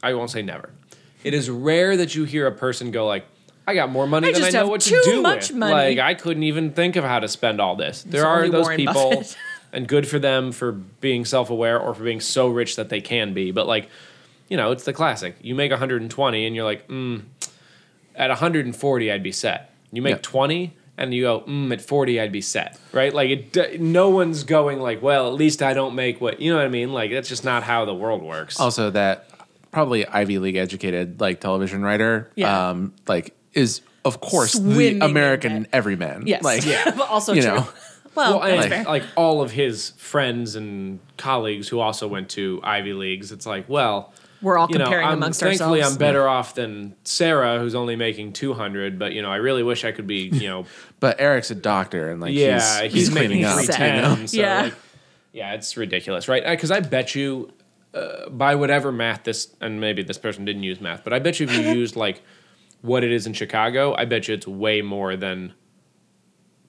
Speaker 3: I won't say never. It is rare that you hear a person go like, "I got more money
Speaker 2: I
Speaker 3: than
Speaker 2: just
Speaker 3: I know
Speaker 2: have
Speaker 3: what to
Speaker 2: too
Speaker 3: do
Speaker 2: much
Speaker 3: with."
Speaker 2: money."
Speaker 3: Like I couldn't even think of how to spend all this. There are
Speaker 2: only
Speaker 3: those
Speaker 2: Warren
Speaker 3: people,
Speaker 2: Buffett. (laughs)
Speaker 3: and good for them for being self-aware or for being so rich that they can be. But like, you know, it's the classic. You make 120, and you're like, mm, at 140, I'd be set. You make
Speaker 1: Yeah.
Speaker 3: 20. And you go, mm, at 40, I'd be set, right? Like, it, d- no one's going, like, well, at least I don't make what, you know what I mean? Like, that's just not how the world works.
Speaker 2: Oh,
Speaker 1: Also that probably Ivy League educated like television writer
Speaker 2: Yeah.
Speaker 1: um like is of course
Speaker 2: Swimming in
Speaker 1: the American
Speaker 2: it.
Speaker 1: everyman.
Speaker 2: yes,
Speaker 1: Like
Speaker 2: (laughs) but also
Speaker 1: you
Speaker 2: true.
Speaker 1: know.
Speaker 2: (laughs) Well,
Speaker 3: well, uh, and
Speaker 2: that's
Speaker 1: like-
Speaker 2: fair.
Speaker 3: like all of his friends and colleagues who also went to Ivy Leagues, it's like, well,
Speaker 2: We're all
Speaker 3: you know,
Speaker 2: comparing
Speaker 3: I'm,
Speaker 2: amongst
Speaker 3: thankfully
Speaker 2: ourselves.
Speaker 3: I'm better off than Sarah, who's only making two hundred. But you know, I really wish I could be, you know,
Speaker 1: (laughs) But Eric's a doctor and like
Speaker 3: yeah,
Speaker 1: he's,
Speaker 3: he's,
Speaker 1: he's, cleaning
Speaker 3: making
Speaker 1: up.
Speaker 3: three
Speaker 2: Set.
Speaker 1: you know?
Speaker 3: ten. So
Speaker 2: Yeah.
Speaker 3: like, yeah, it's ridiculous, right? Because I bet you, uh, by whatever math this, and maybe this person didn't use math, but I bet you if
Speaker 2: (laughs)
Speaker 3: you used like what it is in Chicago, I bet you it's way more than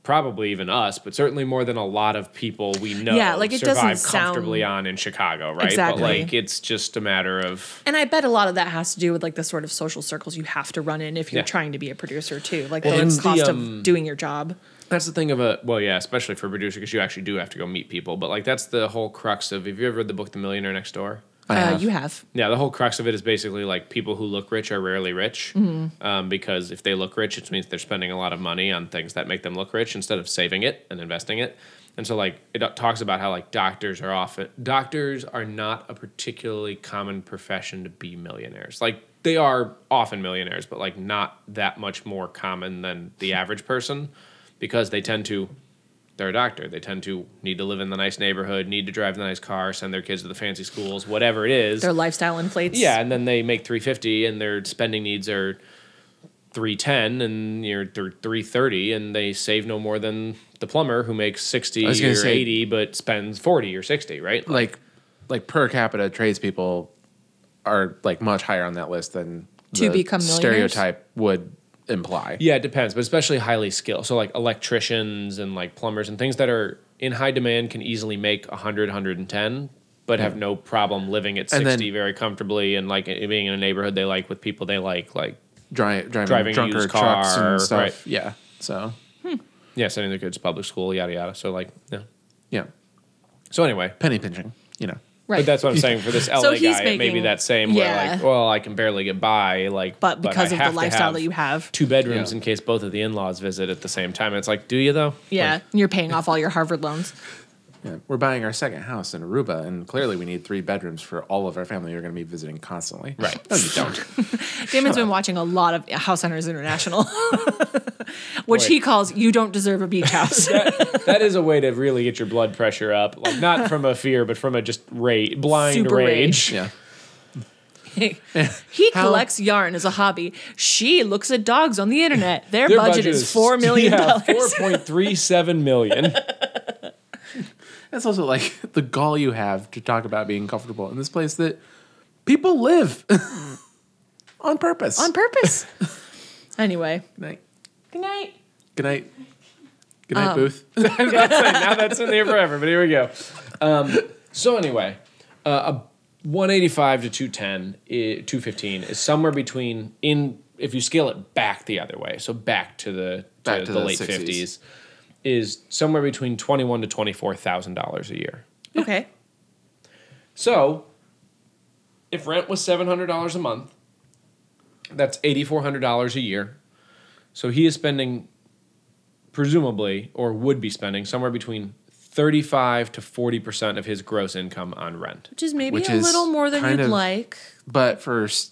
Speaker 3: probably even us, but certainly more than a lot of people we know
Speaker 2: Yeah, like, it doesn't
Speaker 3: survive
Speaker 2: sound-
Speaker 3: comfortably on in Chicago, right?
Speaker 2: Exactly.
Speaker 3: But like it's just a matter of
Speaker 2: And I bet a lot of that has to do with like the sort of social circles you have to run in if you're
Speaker 3: Yeah.
Speaker 2: trying to be a producer too. Like
Speaker 3: Well,
Speaker 2: the
Speaker 3: it's the,
Speaker 2: cost
Speaker 3: um,
Speaker 2: of doing your job.
Speaker 3: that's the thing of a well, yeah, especially for a producer because you actually do have to go meet people. But like that's the whole crux of. Have you ever read the book The Millionaire Next Door?
Speaker 1: I
Speaker 2: uh,
Speaker 1: have.
Speaker 2: You have.
Speaker 3: Yeah, the whole crux of it is basically like people who look rich are rarely rich um, because if they look rich, it means they're spending a lot of money on things that make them look rich instead of saving it and investing it. And so, like, it talks about how like doctors are often doctors are not a particularly common profession to be millionaires. Like, they are often millionaires, but like not that much more common than the average person because they tend to they're a doctor. They tend to need to live in the nice neighborhood, need to drive the nice car, send their kids to the fancy schools, whatever it is.
Speaker 2: Their lifestyle inflates.
Speaker 3: Yeah, and then they make 350 and their spending needs are 310 and you're they're 330 and they save no more than the plumber who makes 60
Speaker 1: I was
Speaker 3: or
Speaker 1: gonna say-
Speaker 3: 80 but spends 40 or 60, right?
Speaker 1: like like per capita tradespeople are like much higher on that list than
Speaker 2: To become millionaires?
Speaker 1: stereotype would imply.
Speaker 3: Yeah, it depends, but especially highly skilled. So like electricians and like plumbers and things that are in high demand can easily make 100, 110, but have no problem living at 60
Speaker 1: And then-
Speaker 3: very comfortably and like being in a neighborhood they like with people they like like
Speaker 1: Dri- driving
Speaker 3: Driving a
Speaker 1: drunker
Speaker 3: used
Speaker 1: trucks
Speaker 3: car,
Speaker 1: and stuff.
Speaker 3: right.
Speaker 1: Yeah. So
Speaker 3: yeah, sending their kids to public school, yada yada. So like, yeah.
Speaker 1: yeah,
Speaker 3: So anyway,
Speaker 1: penny pinching. You know.
Speaker 2: Right.
Speaker 3: But that's what I'm saying
Speaker 2: (laughs)
Speaker 3: for this LA
Speaker 2: he's
Speaker 3: guy. it may be
Speaker 2: making-
Speaker 3: that same where
Speaker 2: yeah.
Speaker 3: like, well, I can barely get by, like,
Speaker 2: but because
Speaker 3: I
Speaker 2: of
Speaker 3: have
Speaker 2: the
Speaker 3: to
Speaker 2: lifestyle
Speaker 3: have
Speaker 2: that you have.
Speaker 3: two bedrooms
Speaker 1: Yeah.
Speaker 3: in case both of the in-laws visit at the same time. It's like, do you though?
Speaker 2: Yeah. You're paying off all your Harvard loans.
Speaker 1: Yeah. We're buying our second house in Aruba, and clearly we need three bedrooms for all of our family. We're going to be visiting constantly.
Speaker 3: Right.
Speaker 1: No, you
Speaker 3: (laughs)
Speaker 1: don't.
Speaker 2: Damon's been watching a lot of House Hunters International, (laughs) which
Speaker 3: Wait.
Speaker 2: he calls You Don't Deserve a Beach House. (laughs)
Speaker 3: That, (laughs) that is a way to really get your blood pressure up, like not from a fear, but from a just rage, blind
Speaker 2: Super
Speaker 3: rage.
Speaker 1: yeah.
Speaker 2: He
Speaker 1: How-
Speaker 2: collects yarn as a hobby. She looks at dogs on the internet. Their,
Speaker 3: Their
Speaker 2: budget, is four million
Speaker 3: (laughs) yeah,
Speaker 2: dollars.
Speaker 3: four point three seven million.
Speaker 1: That's also like the gall you have to talk about being comfortable in this place that people live (laughs) on purpose.
Speaker 2: on purpose. anyway,
Speaker 1: Good night.
Speaker 2: good night.
Speaker 1: Good night. Good
Speaker 2: Um,
Speaker 1: night, Booth.
Speaker 3: now that's in there forever. But here we go. Um, so anyway, uh, a 185 to 210, i- 215 is somewhere between in if you scale it back the other way, so back to the to,
Speaker 1: Back to
Speaker 3: the,
Speaker 1: the
Speaker 3: late
Speaker 1: 60s.
Speaker 3: 50s, is somewhere between 21 to 24 thousand dollars a year.
Speaker 2: Okay.
Speaker 3: So, if rent was seven hundred dollars a month, that's eighty four hundred dollars a year. So he is spending, presumably, or would be spending somewhere between thirty five to forty percent of his gross income on rent.
Speaker 2: Which is maybe
Speaker 1: Which
Speaker 2: a
Speaker 1: is
Speaker 2: little more than
Speaker 1: kind
Speaker 2: you'd
Speaker 1: of-
Speaker 2: like.
Speaker 1: But for s-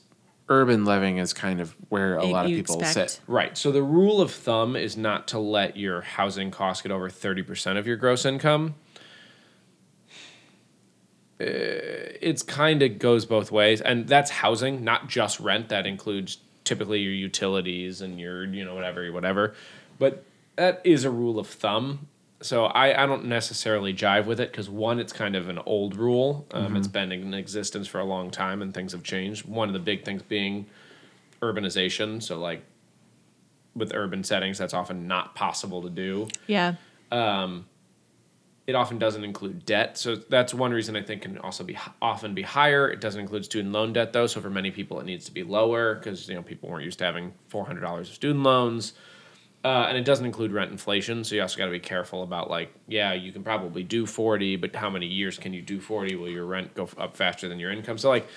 Speaker 1: urban living is kind of where a
Speaker 2: It-
Speaker 1: lot of
Speaker 2: you
Speaker 1: people
Speaker 2: expect.
Speaker 1: sit.
Speaker 3: Right. So the rule of thumb is not to let your housing costs get over thirty percent of your gross income. Uh, it's kind of goes both ways and that's housing not just rent that includes typically your utilities and your you know whatever whatever but that is a rule of thumb so i, I don't necessarily jive with it because one it's kind of an old rule um, it's been in existence for a long time and things have changed one of the big things being urbanization so like with urban settings that's often not possible to do
Speaker 2: Yeah.
Speaker 3: it often doesn't include debt. So that's one reason I think can also be often be higher. It doesn't include student loan debt though, so for many people it needs to be lower because you know people weren't used to having four hundred dollars of student loans. Uh, and it doesn't include rent inflation, so you also got to be careful about like, yeah, you can probably do forty, but how many years can you do forty? Will your rent go f- up faster than your income? So like,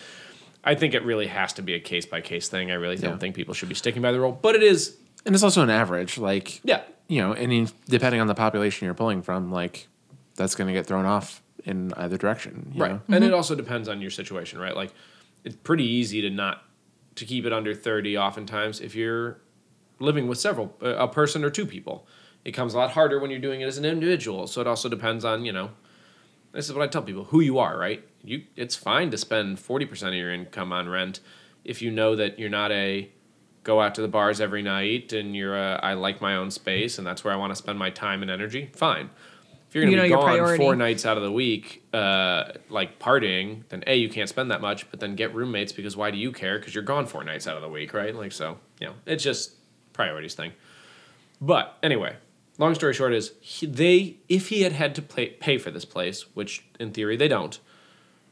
Speaker 3: I think it really has to be a case by case thing. I really
Speaker 1: Yeah.
Speaker 3: don't think people should be sticking by the rule, but it is,
Speaker 1: And it's also an average. Like,
Speaker 3: yeah,
Speaker 1: you know, any depending on the population you're pulling from, like that's going to get thrown off in either direction. you
Speaker 3: right
Speaker 1: know?
Speaker 3: and it also depends on your situation right like it's pretty easy to not to keep it under 30 oftentimes if you're living with several a a person or two people it comes a lot harder when you're doing it as an individual so it also depends on you know this is what i tell people who you are right you it's fine to spend 40% of your income on rent if you know that you're not a go out to the bars every night and you're a, i like my own space and that's where i want to spend my time and energy fine if you're going
Speaker 2: You
Speaker 3: to
Speaker 2: know your
Speaker 3: be gone
Speaker 2: priority.
Speaker 3: four nights out of the week, uh, like partying, then a you can't spend that much. But then get roommates because why do you care? Because you're gone four nights out of the week, right? Like so, you know, it's just priorities thing. But anyway, long story short is he, they if he had had to pay, pay for this place, which in theory they don't,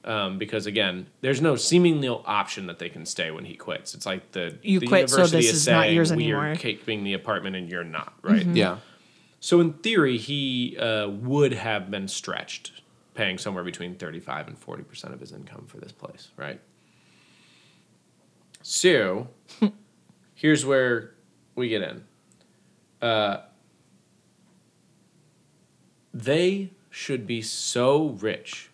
Speaker 3: um, because again, there's no seemingly no option that they can stay when he quits. It's like the
Speaker 2: You
Speaker 3: the
Speaker 2: quit, so
Speaker 3: university
Speaker 2: this is not
Speaker 3: saying,
Speaker 2: yours
Speaker 3: we are
Speaker 2: anymore." Mm-hmm.
Speaker 3: keeping the apartment and you're not, right?
Speaker 1: Yeah.
Speaker 3: So in theory, he uh, would have been stretched, paying somewhere between thirty-five and forty percent of his income for this place, right? So, here's where we get in. Uh, they should be so rich,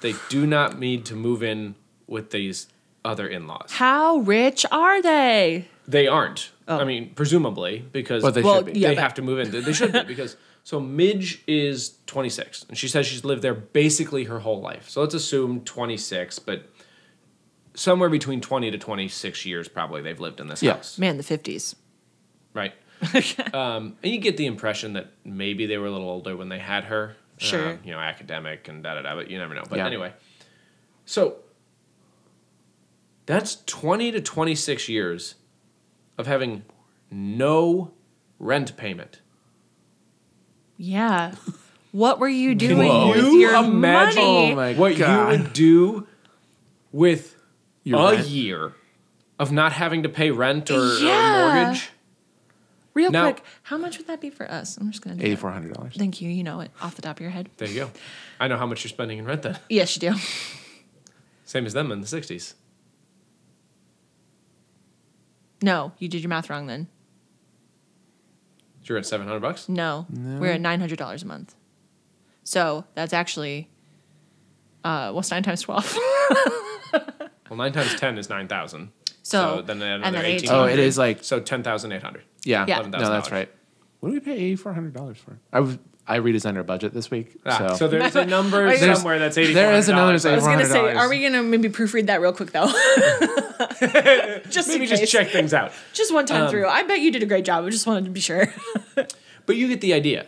Speaker 3: they do not need to move in with these other in-laws.
Speaker 2: How rich are they?
Speaker 3: They aren't. I mean, presumably because
Speaker 1: But they
Speaker 2: Oh. Well,
Speaker 1: should be.
Speaker 2: yeah,
Speaker 3: they
Speaker 2: but-
Speaker 3: have to move in. They-
Speaker 2: (laughs)
Speaker 3: They should be because so Midge is 26 and she says she's lived there basically her whole life. So let's assume 26, but somewhere between 20 to 26 years probably they've lived in this
Speaker 1: Yeah.
Speaker 3: house,
Speaker 2: Man, the fifties.
Speaker 3: right? um, and you get the impression that maybe they were a little older when they had her.
Speaker 2: Sure.
Speaker 3: Um, you know, academic and da da da, but you never know. But
Speaker 1: Yeah.
Speaker 3: anyway, so that's 20 to 26 years of having no rent payment.
Speaker 2: Yeah. What were you doing
Speaker 1: you
Speaker 2: with your
Speaker 3: imagine-
Speaker 2: money?
Speaker 1: Oh my
Speaker 3: what
Speaker 1: God.
Speaker 3: you would do with
Speaker 1: Your
Speaker 3: a
Speaker 1: rent.
Speaker 3: year of not having to pay rent or, or
Speaker 2: Yeah.
Speaker 3: mortgage.
Speaker 2: Real
Speaker 3: Now-
Speaker 2: quick, how much would that be for us? I'm just gonna do that.
Speaker 1: Eighty-four hundred dollars.
Speaker 2: Thank you. You know it off the top of your head.
Speaker 3: There you go. I know how much you're spending in rent then.
Speaker 2: Yes, you do.
Speaker 3: Same as them in the 60s.
Speaker 2: No, you did your math wrong then.
Speaker 3: You're at 700 bucks?
Speaker 2: No, we're at nine hundred dollars a month. So that's actually uh, what's nine times twelve? (laughs)
Speaker 3: Well, 9 times 10 is 9,000.
Speaker 2: So,
Speaker 3: then
Speaker 2: and
Speaker 3: another
Speaker 2: then
Speaker 3: 18.
Speaker 2: 1800.
Speaker 1: Oh, it is like
Speaker 3: So 10,800.
Speaker 1: yeah.
Speaker 2: Yeah.
Speaker 1: No, that's
Speaker 3: $11,000.
Speaker 1: right. What do we pay eighty-four hundred dollars for? I was I redesigned our budget this week.
Speaker 3: Ah,
Speaker 1: so,
Speaker 3: so
Speaker 2: (laughs)
Speaker 3: there's a number
Speaker 1: There's-
Speaker 3: somewhere that's eighty.
Speaker 1: there is another
Speaker 2: I was gonna say,
Speaker 1: $400.
Speaker 2: are we gonna maybe proofread that real quick though? just
Speaker 3: Maybe
Speaker 2: in
Speaker 3: just
Speaker 2: case.
Speaker 3: check things out.
Speaker 2: Just one time through. I bet you did a great job. I just wanted to be sure. (laughs)
Speaker 3: But you get the idea.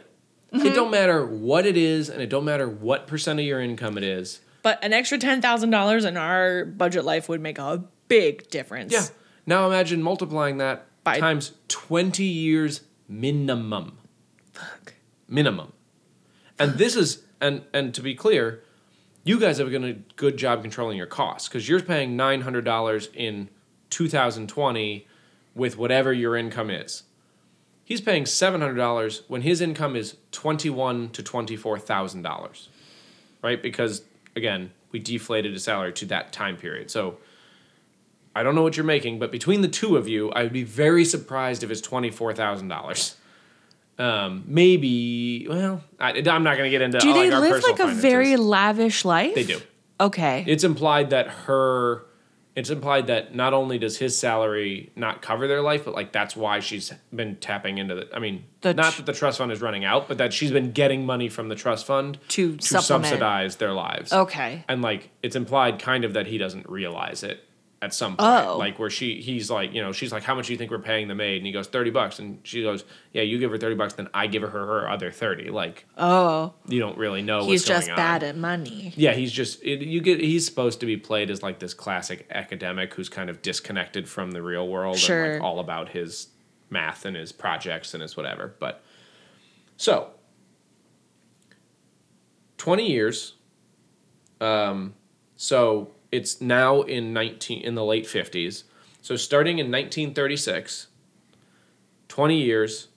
Speaker 2: Mm-hmm.
Speaker 3: It don't matter what it is, and it don't matter what percent of your income it is.
Speaker 2: but an extra ten thousand dollars in our budget life would make a big difference.
Speaker 3: Yeah. Now imagine multiplying that
Speaker 2: By-
Speaker 3: times twenty years minimum.
Speaker 2: Fuck.
Speaker 3: minimum. And this is and and to be clear, you guys have done a good job controlling your costs because you're paying nine hundred dollars in 2020 with whatever your income is. He's paying seven hundred dollars when his income is twenty one to twenty four thousand dollars, right? Because again, we deflated his salary to that time period. So I don't know what you're making, but between the two of you, I would be very surprised if it's twenty four thousand dollars. Um, maybe. Well, I, I'm not going to get into.
Speaker 2: Do
Speaker 3: all,
Speaker 2: they
Speaker 3: our
Speaker 2: live
Speaker 3: personal
Speaker 2: like a
Speaker 3: finances.
Speaker 2: very lavish life?
Speaker 3: They do.
Speaker 2: Okay.
Speaker 3: It's implied that her. It's implied that not only does his salary not cover their life, but like that's why she's been tapping into the. I mean,
Speaker 2: The
Speaker 3: not
Speaker 2: tr-
Speaker 3: that the trust fund is running out, but that she's been getting money from the trust fund
Speaker 2: To supplement.
Speaker 3: subsidize their lives.
Speaker 2: okay.
Speaker 3: And like it's implied kind of that he doesn't realize it at some point.
Speaker 2: Oh.
Speaker 3: Like where she he's like, you know, she's like, How much do you think we're paying the maid? And he goes, thirty bucks. And she goes, Yeah, you give her thirty bucks, then I give her her other thirty. Like
Speaker 2: Oh,
Speaker 3: you don't really know
Speaker 2: he's
Speaker 3: what's going
Speaker 2: just
Speaker 3: on.
Speaker 2: bad at money. (laughs)
Speaker 3: Yeah, he's just it, you get he's supposed to be played as like this classic academic who's kind of disconnected from the real world
Speaker 2: Sure.
Speaker 3: and like all about his math and his projects and his whatever. But so 20 years um so it's now in 19 in the late 50s. So starting in 1936 20 years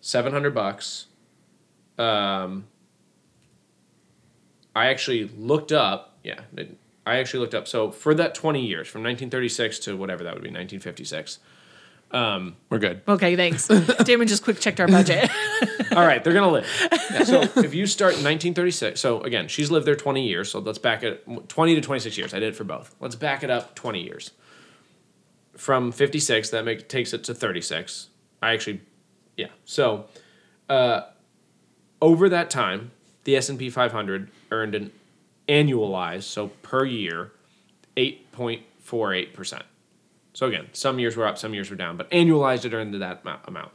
Speaker 3: 700 bucks um I actually looked up. Yeah, it- I actually looked up. So for that twenty years, from nineteen thirty six to whatever that would be, nineteen fifty six.
Speaker 1: We're good.
Speaker 2: Okay, (laughs) thanks. Damon just quick checked our budget. (laughs)
Speaker 3: (laughs) All right, they're gonna live. So if you start in nineteen thirty six, so again, she's lived there twenty years. So let's back it twenty to twenty six years. I did it for both. Let's back it up twenty years. From fifty six, that make, takes it to thirty six. I actually, yeah. So uh, over that time, the S and P five hundred earned an annualized, so per year, eight point four eight percent. So again, some years were up, some years were down, but annualized it earned that amou- amount.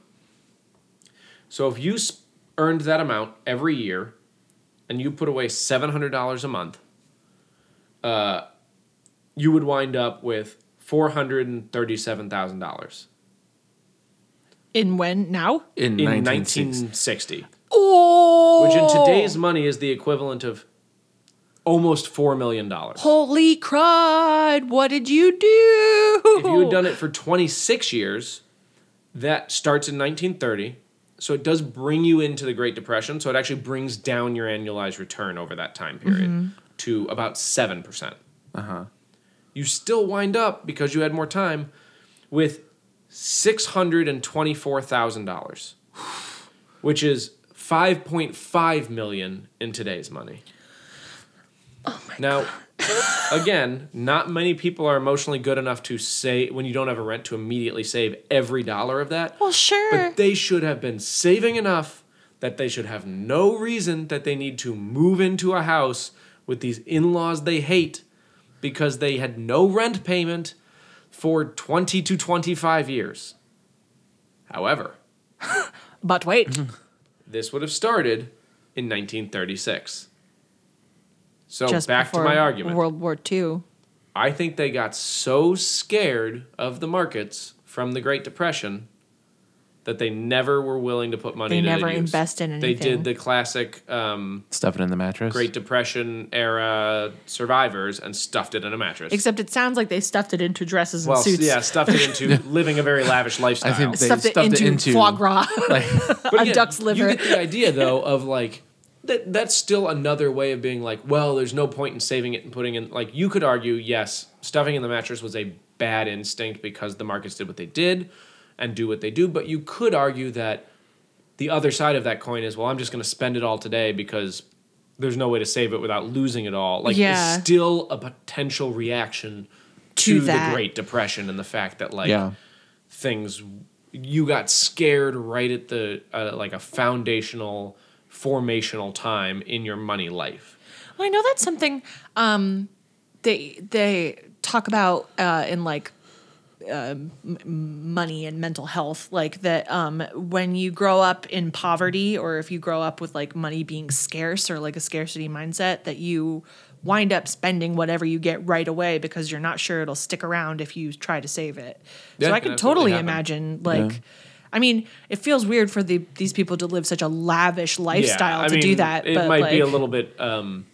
Speaker 3: So if you s- earned that amount every year, and you put away seven hundred dollars a month, uh, you would wind up with four hundred and thirty-seven thousand dollars
Speaker 2: In when now?
Speaker 1: In,
Speaker 3: in
Speaker 1: 1960.
Speaker 3: nineteen sixty,
Speaker 2: Oh,
Speaker 3: which in today's money is the equivalent of almost four million dollars.
Speaker 2: holy crud! What did you do?
Speaker 3: If you had done it for twenty-six years, that starts in nineteen thirty. So it does bring you into the Great Depression. So it actually brings down your annualized return over that time period to about seven percent.
Speaker 1: Uh-huh.
Speaker 3: you still wind up because you had more time with $624,000, which is 5.5 million in today's money. Oh my now, again, not many people are emotionally good enough to say when you don't have a rent to immediately save every dollar of that.
Speaker 2: well, sure.
Speaker 3: But they should have been saving enough that they should have no reason that they need to move into a house with these in laws they hate because they had no rent payment for 20 to 25 years. However,
Speaker 2: but wait,
Speaker 3: Mm-hmm. this would have started in 1936. So
Speaker 2: just
Speaker 3: back to
Speaker 2: before
Speaker 3: my argument.
Speaker 2: World War II.
Speaker 3: I think they got so scared of the markets from the Great Depression that they never were willing to put money.
Speaker 2: They
Speaker 3: to
Speaker 2: never
Speaker 3: good use.
Speaker 2: invest in
Speaker 3: They
Speaker 2: anything.
Speaker 3: did the classic um,
Speaker 1: Stuff it in the mattress. (laughs)
Speaker 3: Great Depression era survivors and stuffed it in a mattress.
Speaker 2: Except it sounds like they stuffed it into dresses and
Speaker 3: well,
Speaker 2: suits.
Speaker 3: yeah, stuffed it
Speaker 1: (laughs)
Speaker 3: into living a very lavish lifestyle.
Speaker 1: think they
Speaker 2: stuffed, it,
Speaker 1: stuffed it
Speaker 2: into
Speaker 1: into-
Speaker 2: foie gras.
Speaker 3: But
Speaker 2: a
Speaker 3: again,
Speaker 2: duck's liver.
Speaker 3: You get the
Speaker 2: (laughs)
Speaker 3: idea though of like that that's still another way of being like, well, there's no point in saving it and putting in like you could argue, yes, stuffing in the mattress was a bad instinct because the markets did what they did and do what they do, but you could argue that the other side of that coin is, well, I'm just going to spend it all today because there's no way to save it without losing it all. Like
Speaker 2: Yeah.
Speaker 3: it's still a potential reaction
Speaker 2: To
Speaker 3: to, the
Speaker 2: that.
Speaker 3: Great Depression and the fact that like (laughs)
Speaker 1: Yeah.
Speaker 3: things you got scared right at the uh, like a foundational formational time in your money life.
Speaker 2: Well, I know that's something um, they they talk about uh, in like uh, m- money and mental health, like that um, when you grow up in poverty or if you grow up with like money being scarce or like a scarcity mindset, that you wind up spending whatever you get right away because you're not sure it'll stick around if you try to save it.
Speaker 3: Yeah,
Speaker 2: so I
Speaker 3: it can
Speaker 2: can
Speaker 3: absolutely
Speaker 2: totally
Speaker 3: happen.
Speaker 2: imagine like. I mean, it feels weird for the, these people to live such a lavish lifestyle to do that.
Speaker 3: It
Speaker 2: but
Speaker 3: might
Speaker 2: like,
Speaker 3: be a little bit um,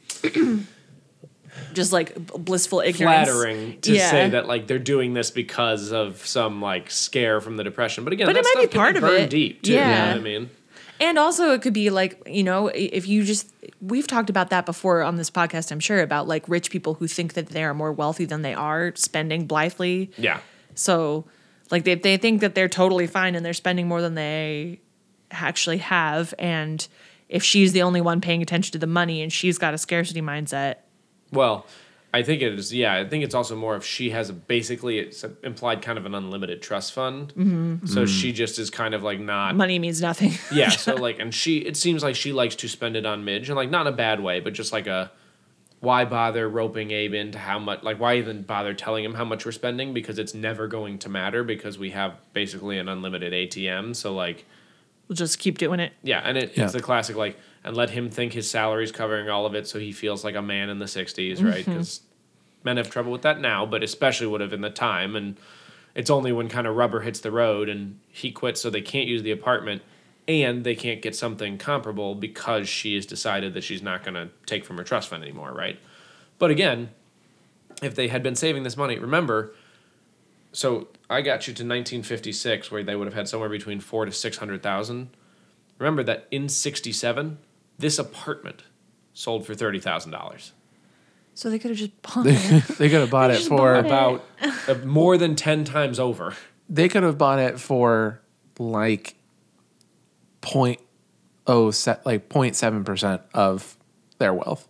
Speaker 2: just like b- blissful ignorance.
Speaker 3: flattering to
Speaker 2: Yeah.
Speaker 3: say that like they're doing this because of some like scare from the depression. But again,
Speaker 2: But
Speaker 3: that
Speaker 2: it might be
Speaker 3: stuff can
Speaker 2: part of
Speaker 3: burn
Speaker 2: it.
Speaker 3: deep too. You know
Speaker 2: Yeah.
Speaker 3: what I mean?
Speaker 2: And also, it could be like, you know, i- if you just, we've talked about that before on this podcast, I'm sure, about like rich people who think that they are more wealthy than they are spending blithely.
Speaker 3: Yeah.
Speaker 2: So, like, they, they think that they're totally fine and they're spending more than they actually have. And if she's the only one paying attention to the money and she's got a scarcity mindset,
Speaker 3: Well, I think it is. Yeah, I think it's also more if she has a basically it's implied kind of an unlimited trust fund.
Speaker 2: Mm-hmm.
Speaker 3: So she just is kind of like not.
Speaker 2: money means nothing. (laughs)
Speaker 3: Yeah. So like, and she it seems like she likes to spend it on Midge, and like not in a bad way, but just like a. Why bother roping Abe into how much? Like, why even bother telling him how much we're spending? Because it's never going to matter because we have basically an unlimited ATM. So, like,
Speaker 2: we'll just keep doing it.
Speaker 3: yeah, and it,
Speaker 1: Yeah.
Speaker 3: it's the classic like, and let him think his salary's covering all of it, so he feels like a man in the '60s, right? Because men have trouble with that now, but especially would have in the time. And it's only when kind of rubber hits the road and he quits, so they can't use the apartment, and they can't get something comparable because she has decided that she's not going to take from her trust fund anymore, right? But again, if they had been saving this money, remember. So I got you to 1956, where they would have had somewhere between four to six hundred thousand. Remember that in 67, this apartment sold for $30,000.
Speaker 2: So they could have just bought
Speaker 1: They,
Speaker 2: it.
Speaker 1: (laughs) they could have bought it
Speaker 2: just
Speaker 1: for
Speaker 2: bought it.
Speaker 1: (laughs)
Speaker 3: About uh, more than 10 times over.
Speaker 1: they could have bought it for like point oh set like 07 percent of their wealth.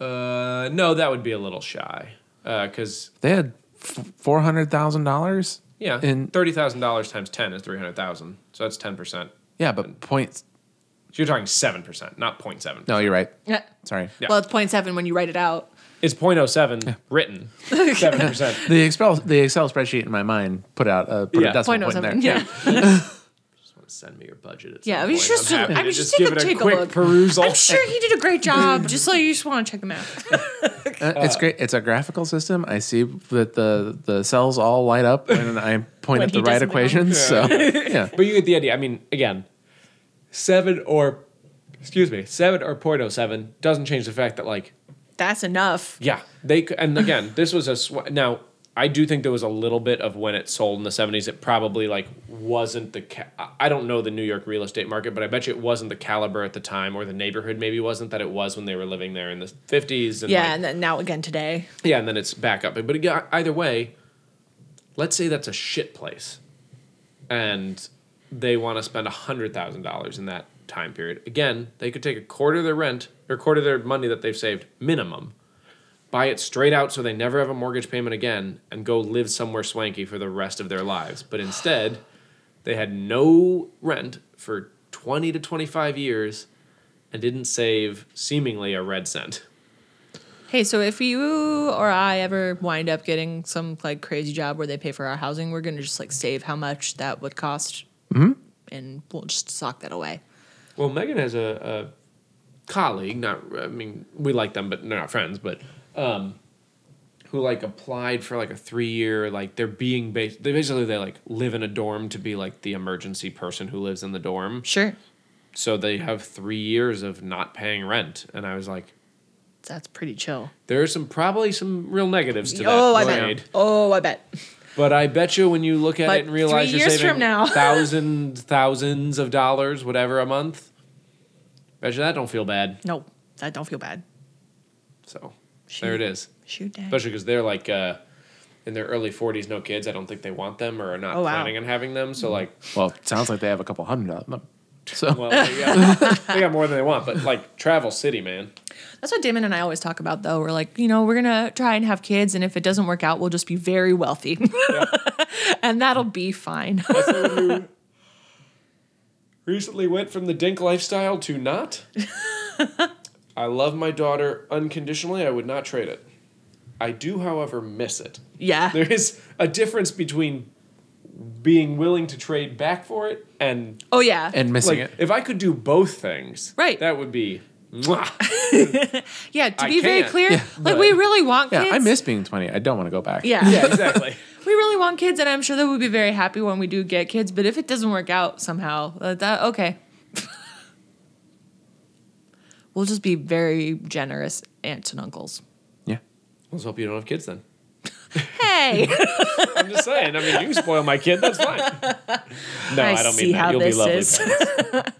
Speaker 3: Uh, no, that would be a little shy. uh, Because,
Speaker 1: They had f- four hundred thousand dollars.
Speaker 3: yeah,
Speaker 1: In
Speaker 3: $30,000 times 10 is 300000 So that's 10%. So
Speaker 1: yeah, but points.
Speaker 3: you're talking 7%, not 0.7.
Speaker 1: No, you're right.
Speaker 2: Yeah.
Speaker 1: Sorry.
Speaker 2: Well, it's 0.7 when you write it out.
Speaker 3: It's 0.07
Speaker 1: (laughs)
Speaker 3: written, 7%.
Speaker 1: The Excel the Excel spreadsheet in my mind put out a put
Speaker 3: Yeah.
Speaker 1: a decimal point in
Speaker 2: 0.07.
Speaker 1: there.
Speaker 2: Yeah.
Speaker 3: Just want to Send me your budget. At
Speaker 2: Yeah,
Speaker 3: some
Speaker 2: I mean,
Speaker 3: point.
Speaker 2: just,
Speaker 3: I'm happy
Speaker 2: I
Speaker 3: to
Speaker 2: mean, just, take,
Speaker 3: just give
Speaker 2: a,
Speaker 3: it a
Speaker 2: take a
Speaker 3: quick
Speaker 2: look.
Speaker 3: perusal.
Speaker 2: I'm sure he did a great job. just so you just want to check him out.
Speaker 1: Uh, it's great. It's a graphical system. I see that the the cells all light up when I point
Speaker 2: When
Speaker 1: at the
Speaker 2: he
Speaker 1: right
Speaker 2: doesn't know.
Speaker 1: equations. So yeah,
Speaker 3: (laughs) But you get the idea. I mean, again, seven or excuse me, seven or point oh seven doesn't change the fact that like
Speaker 2: That's enough.
Speaker 3: yeah they c- and again this was a sw- now I do think there was a little bit of when it sold in the seventies. It probably like wasn't the ca- I- I don't know the New York real estate market, but I bet you it wasn't the caliber at the time or the neighborhood maybe wasn't that it was when they were living there in the fifties.
Speaker 2: Yeah, and then now again today.
Speaker 3: Yeah, and then it's back up. But again, either way, let's say that's a shit place, and they want to spend hundred thousand dollars in that time period. Again, they could take a quarter of their rent or a quarter of their money that they've saved minimum, buy it straight out so they never have a mortgage payment again, and go live somewhere swanky for the rest of their lives. But instead, they had no rent for twenty to twenty-five years, and didn't save seemingly a red cent.
Speaker 2: Hey, so if you or I ever wind up getting some like crazy job where they pay for our housing, we're gonna just like save how much that would cost, mm-hmm. and we'll just sock that away.
Speaker 3: Well, Megan has a, a colleague. Not, I mean, we like them, but they're not friends. But um, who like applied for like a three year like they're being based. They basically they like live in a dorm to be like the emergency person who lives in the dorm.
Speaker 2: Sure,
Speaker 3: So they have three years of not paying rent, and I was like,
Speaker 2: that's pretty chill.
Speaker 3: there are some probably some real negatives to that.
Speaker 2: Oh, I
Speaker 3: trade.
Speaker 2: bet. Oh, I bet.
Speaker 3: But I bet you when you look at
Speaker 2: But
Speaker 3: it and realize
Speaker 2: three
Speaker 3: you're
Speaker 2: years
Speaker 3: saving
Speaker 2: from now. (laughs)
Speaker 3: thousands, thousands of dollars, whatever a month. Bet you that don't feel bad.
Speaker 2: No, I don't feel bad.
Speaker 3: So
Speaker 2: Shoot.
Speaker 3: there it is.
Speaker 2: Shoot, dang.
Speaker 3: especially because they're like uh, in their early 40s no kids i don't think they want them or are not
Speaker 2: Oh, wow.
Speaker 3: planning on having them so
Speaker 2: (laughs)
Speaker 3: like
Speaker 1: well, it sounds like they have a couple hundred of them. So
Speaker 3: well they got, they got more than they want but like travel city man
Speaker 2: That's what Damon and I always talk about, though. We're like, you know, we're gonna try and have kids, and if it doesn't work out, we'll just be very (laughs)
Speaker 1: (laughs)
Speaker 2: wealthy, and that'll be fine.
Speaker 3: Recently went from the dink lifestyle to
Speaker 2: (laughs)
Speaker 3: not. I love my daughter unconditionally. I would not trade it. I do, however, miss it.
Speaker 2: Yeah.
Speaker 3: There is a difference between being willing to trade back for it and
Speaker 2: oh yeah.
Speaker 1: and missing
Speaker 3: like
Speaker 1: it.
Speaker 3: if I could do both things,
Speaker 2: Right.
Speaker 3: That would be.
Speaker 2: (laughs)
Speaker 3: mwah.
Speaker 2: yeah. To
Speaker 3: I
Speaker 2: be very
Speaker 3: can't,
Speaker 2: clear,
Speaker 1: yeah,
Speaker 2: like we really want
Speaker 1: Yeah,
Speaker 2: kids.
Speaker 1: I miss being 20. I don't want to go back. (laughs)
Speaker 2: Yeah.
Speaker 3: Yeah, exactly.
Speaker 2: we really want kids, and I'm sure that we'll be very happy when we do get kids. But if it doesn't work out somehow, uh, that okay. (laughs) we'll just be very generous aunts and uncles.
Speaker 1: Yeah.
Speaker 3: Let's hope you don't have kids then.
Speaker 2: Hey,
Speaker 3: I'm just saying. I mean, you can spoil my kid. That's
Speaker 2: (laughs)
Speaker 3: fine. No,
Speaker 2: I
Speaker 3: I, don't
Speaker 2: see
Speaker 3: mean
Speaker 2: how
Speaker 3: that. You'll be
Speaker 2: this
Speaker 3: lovely.
Speaker 2: is.
Speaker 3: parents.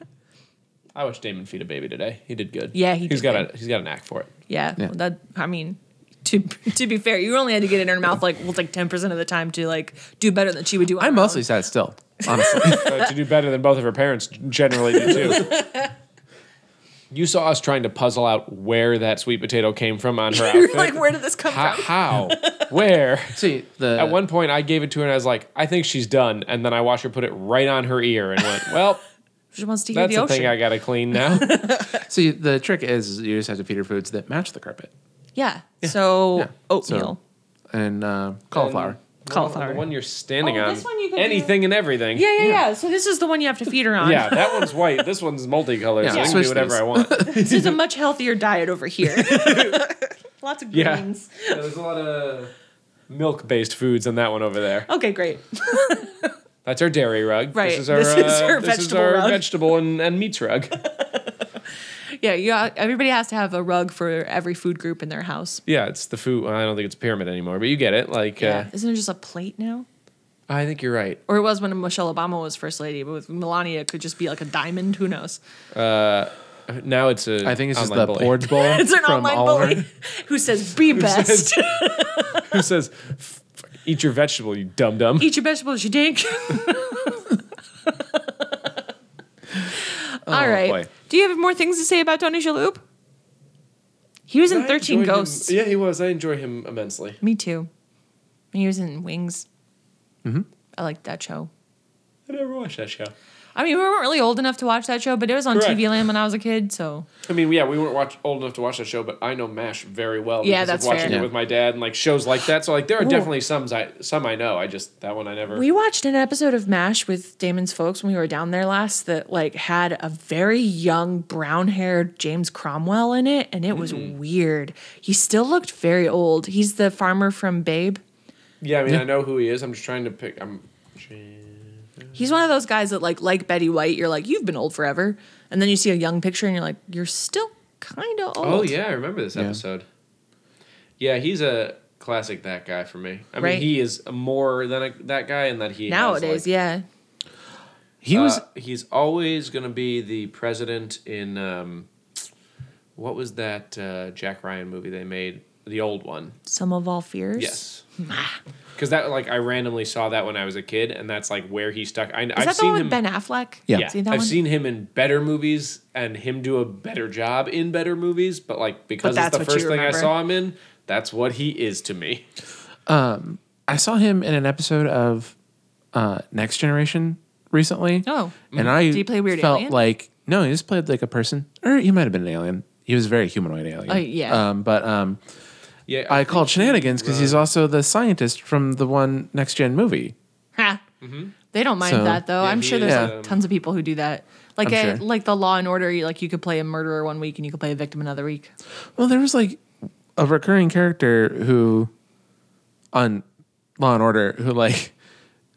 Speaker 3: I watched Damon feed a baby today. He did good.
Speaker 2: Yeah, he
Speaker 3: has
Speaker 2: did
Speaker 3: got a he's got a knack for it.
Speaker 2: yeah,
Speaker 1: Yeah.
Speaker 2: well, that I mean. To, to be fair, you only had to get it in her mouth like well, like ten percent of the time to like do better than she would do. on
Speaker 1: I'm
Speaker 2: her own.
Speaker 1: mostly sad still, honestly.
Speaker 3: Uh, to do better than both of her parents generally do too.
Speaker 2: (laughs)
Speaker 3: You saw us trying to puzzle out where that sweet potato came from on
Speaker 2: (laughs)
Speaker 3: her
Speaker 2: (laughs) You're
Speaker 3: outfit.
Speaker 2: like, where did this come
Speaker 3: how,
Speaker 2: from?
Speaker 3: how?
Speaker 2: (laughs)
Speaker 3: Where?
Speaker 1: See, the
Speaker 3: At one point, I gave it to her and I was like, I think she's done. And then I watched her put it right on her ear and went,
Speaker 2: (laughs)
Speaker 3: Well,
Speaker 2: She wants to hear
Speaker 3: that's
Speaker 2: the
Speaker 3: the
Speaker 2: ocean.
Speaker 3: thing I got to clean
Speaker 2: (laughs)
Speaker 3: now.
Speaker 1: see the trick is you just have to feed her foods that match the carpet.
Speaker 2: yeah. So
Speaker 1: Yeah.
Speaker 2: oatmeal.
Speaker 1: So- and uh, cauliflower.
Speaker 2: Cauliflower.
Speaker 3: The one you're standing
Speaker 2: Oh,
Speaker 3: on.
Speaker 2: this one you can do-
Speaker 3: anything and everything.
Speaker 2: yeah, yeah, yeah, So this is the one you have to feed her on.
Speaker 3: Yeah, that one's white. This one's multicolored.
Speaker 1: Yeah,
Speaker 3: so I can
Speaker 1: switch
Speaker 3: do whatever
Speaker 1: these.
Speaker 3: I want.
Speaker 2: (laughs) This is a much healthier diet over (laughs) here. Lots of
Speaker 3: Yeah.
Speaker 2: greens.
Speaker 3: there's a lot of milk-based foods in that one over there.
Speaker 2: Okay, great.
Speaker 3: That's our dairy rug.
Speaker 2: Right,
Speaker 3: This is our,
Speaker 2: this
Speaker 3: uh,
Speaker 2: is our
Speaker 3: this is
Speaker 2: vegetable
Speaker 3: our
Speaker 2: rug.
Speaker 3: vegetable and, and
Speaker 2: (laughs)
Speaker 3: meats rug.
Speaker 2: Yeah, yeah. Everybody has to have a rug for every food group in their house.
Speaker 3: yeah, it's the food. I don't think it's a pyramid anymore, but you get it. Like,
Speaker 2: Yeah.
Speaker 3: uh,
Speaker 2: Isn't it just a plate now?
Speaker 3: I think you're right.
Speaker 2: Or it was when Michelle Obama was first lady, but with Melania, it could just be like a diamond. Who knows?
Speaker 3: Now it's a.
Speaker 1: I think it's just
Speaker 3: online
Speaker 1: the
Speaker 3: bully.
Speaker 1: porridge bowl
Speaker 2: (laughs) It's an
Speaker 1: from
Speaker 2: online
Speaker 1: Oliver.
Speaker 2: bully (laughs) who says, be best. (laughs)
Speaker 3: Who says, "F- "Eat your vegetable, you dum dum."
Speaker 2: Eat your vegetables, you (laughs) dink. All right.
Speaker 3: boy.
Speaker 2: Do you have more things to say about Tony Shalhoub? He was in 13 Ghosts.
Speaker 3: Yeah, he was. I enjoy him immensely.
Speaker 2: Me too. He was in Wings. I liked that show.
Speaker 3: I never watched that show.
Speaker 2: I mean, we weren't really old enough to watch that show, but it was on
Speaker 3: Correct.
Speaker 2: TV Land when I was a kid, so
Speaker 3: I mean, yeah, we weren't watch, old enough to watch that show, but I know Mash very well.
Speaker 2: Yeah,
Speaker 3: because
Speaker 2: that's
Speaker 3: of watching
Speaker 2: fair.
Speaker 3: it with my dad and like shows like that. So like, there are
Speaker 2: Ooh.
Speaker 3: definitely some I some I know. I just that one I never.
Speaker 2: We watched an episode of MASH with Damon's folks when we were down there last that like had a very young brown-haired James Cromwell in it and it was
Speaker 3: Mm-hmm.
Speaker 2: weird. He still looked very old. He's the farmer from Babe.
Speaker 3: yeah, I mean, I know who he is. I'm just trying to pick. I'm.
Speaker 2: He's one of those guys that like like Betty White, you're like you've been old forever. And then you see a young picture and you're like you're still kind of old.
Speaker 3: Oh yeah, I remember this
Speaker 1: Yeah.
Speaker 3: episode. Yeah, he's a classic that guy for me. I
Speaker 2: Right.
Speaker 3: mean, he is more than a, that guy, and that he
Speaker 2: Nowadays,
Speaker 3: Has, like,
Speaker 2: yeah.
Speaker 1: He
Speaker 3: Uh,
Speaker 1: was
Speaker 3: he's always going to be the president in um, what was that uh, Jack Ryan movie they made? The old one.
Speaker 2: Some of all fears. (laughs)
Speaker 3: Yes. Because that like I randomly saw that when I was a kid, and that's like where he stuck. I,
Speaker 2: Is
Speaker 3: I've
Speaker 2: that the
Speaker 3: seen
Speaker 2: one with
Speaker 3: him.
Speaker 2: Ben Affleck?
Speaker 1: Yeah.
Speaker 3: yeah,
Speaker 2: Seen that
Speaker 3: I've
Speaker 2: one?
Speaker 3: seen him in better movies and him do a better job in better movies, but like because
Speaker 2: that's
Speaker 3: it's the
Speaker 2: what you
Speaker 3: first thing I
Speaker 2: remember.
Speaker 3: saw him in, that's what he is to me.
Speaker 1: I saw him in an episode of uh, Next Generation recently.
Speaker 2: Oh.
Speaker 3: Mm.
Speaker 1: and I
Speaker 2: Did he play a weird
Speaker 1: felt
Speaker 2: alien?
Speaker 1: like no, he just played like a person, or he might have been an alien. He was a very humanoid alien.
Speaker 2: Oh, yeah.
Speaker 1: Um, but um,
Speaker 3: Yeah,
Speaker 1: I called shenanigans because he's also the scientist from the one Next Gen movie.
Speaker 2: Ha. They don't mind
Speaker 1: So-
Speaker 2: that though.
Speaker 3: Yeah,
Speaker 2: I'm
Speaker 3: he
Speaker 2: sure there's
Speaker 1: Mm-hmm. is,
Speaker 2: like,
Speaker 3: um,
Speaker 2: tons of people who do that. Like
Speaker 1: I'm sure.
Speaker 2: a, like the Law and Order, you- like you could play a murderer one week and you could play a victim another week.
Speaker 1: Well, there was like a recurring character who on Law and Order who like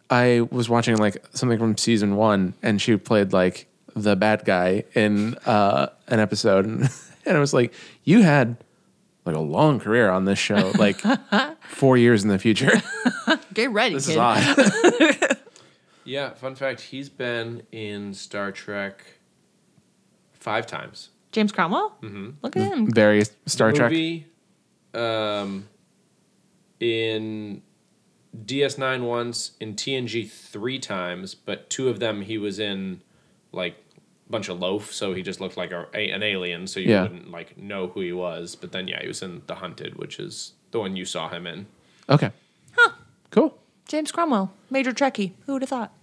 Speaker 1: I was watching like something from season one and she played like the bad guy in uh an episode (laughs) and, and I was like, You had like a long career on this show, like four years in the future.
Speaker 2: Get ready,
Speaker 1: This
Speaker 2: kid.
Speaker 1: is odd.
Speaker 3: yeah. Fun fact: he's been in Star Trek five times.
Speaker 2: James Cromwell.
Speaker 1: Mm-hmm.
Speaker 2: Look at him.
Speaker 1: Very Star Trek.
Speaker 3: movie, um, in DS9 once, in TNG three times, but two of them he was in like a bunch of loaf, so he just looked like a, a- an alien, so you
Speaker 1: Yeah.
Speaker 3: wouldn't like know who he was. But then yeah, he was in The Hunted, which is the one you saw him in.
Speaker 1: Okay. Cool.
Speaker 2: James Cromwell, Major Trekkie. Who would have thought?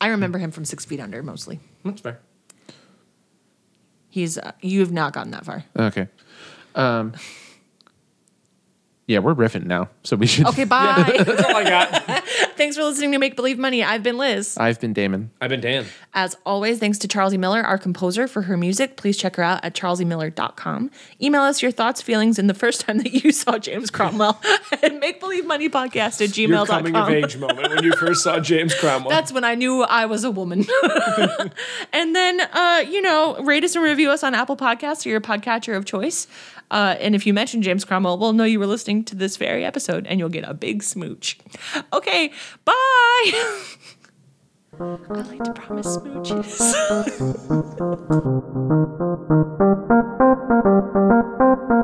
Speaker 2: I remember him from Six Feet Under mostly.
Speaker 3: That's fair.
Speaker 2: He's uh, you have not gotten that far.
Speaker 1: Okay. Um, yeah, we're riffing now, so we should. (laughs)
Speaker 2: Okay, bye.
Speaker 3: That's all I got. (laughs)
Speaker 2: thanks for listening to Make Believe Money. I've been Liz.
Speaker 1: I've been Damon.
Speaker 3: I've been Dan.
Speaker 2: As always, thanks to Charles E. Miller, our composer, for her music. Please check her out at charlesemiller.com. Email us your thoughts, feelings, and the first time that you saw James Cromwell (laughs) at makebelievemoneypodcast at
Speaker 3: Your coming of
Speaker 2: gmail.com.
Speaker 3: age moment when you first saw James Cromwell.
Speaker 2: That's when I knew I was a woman. (laughs) and then, uh, you know, rate us and review us on Apple Podcasts or your podcatcher of choice. Uh, and if you mention James Cromwell, we'll know you were listening to this very episode and you'll get a big smooch. Okay, bye. (laughs) I like to promise smooches. (laughs)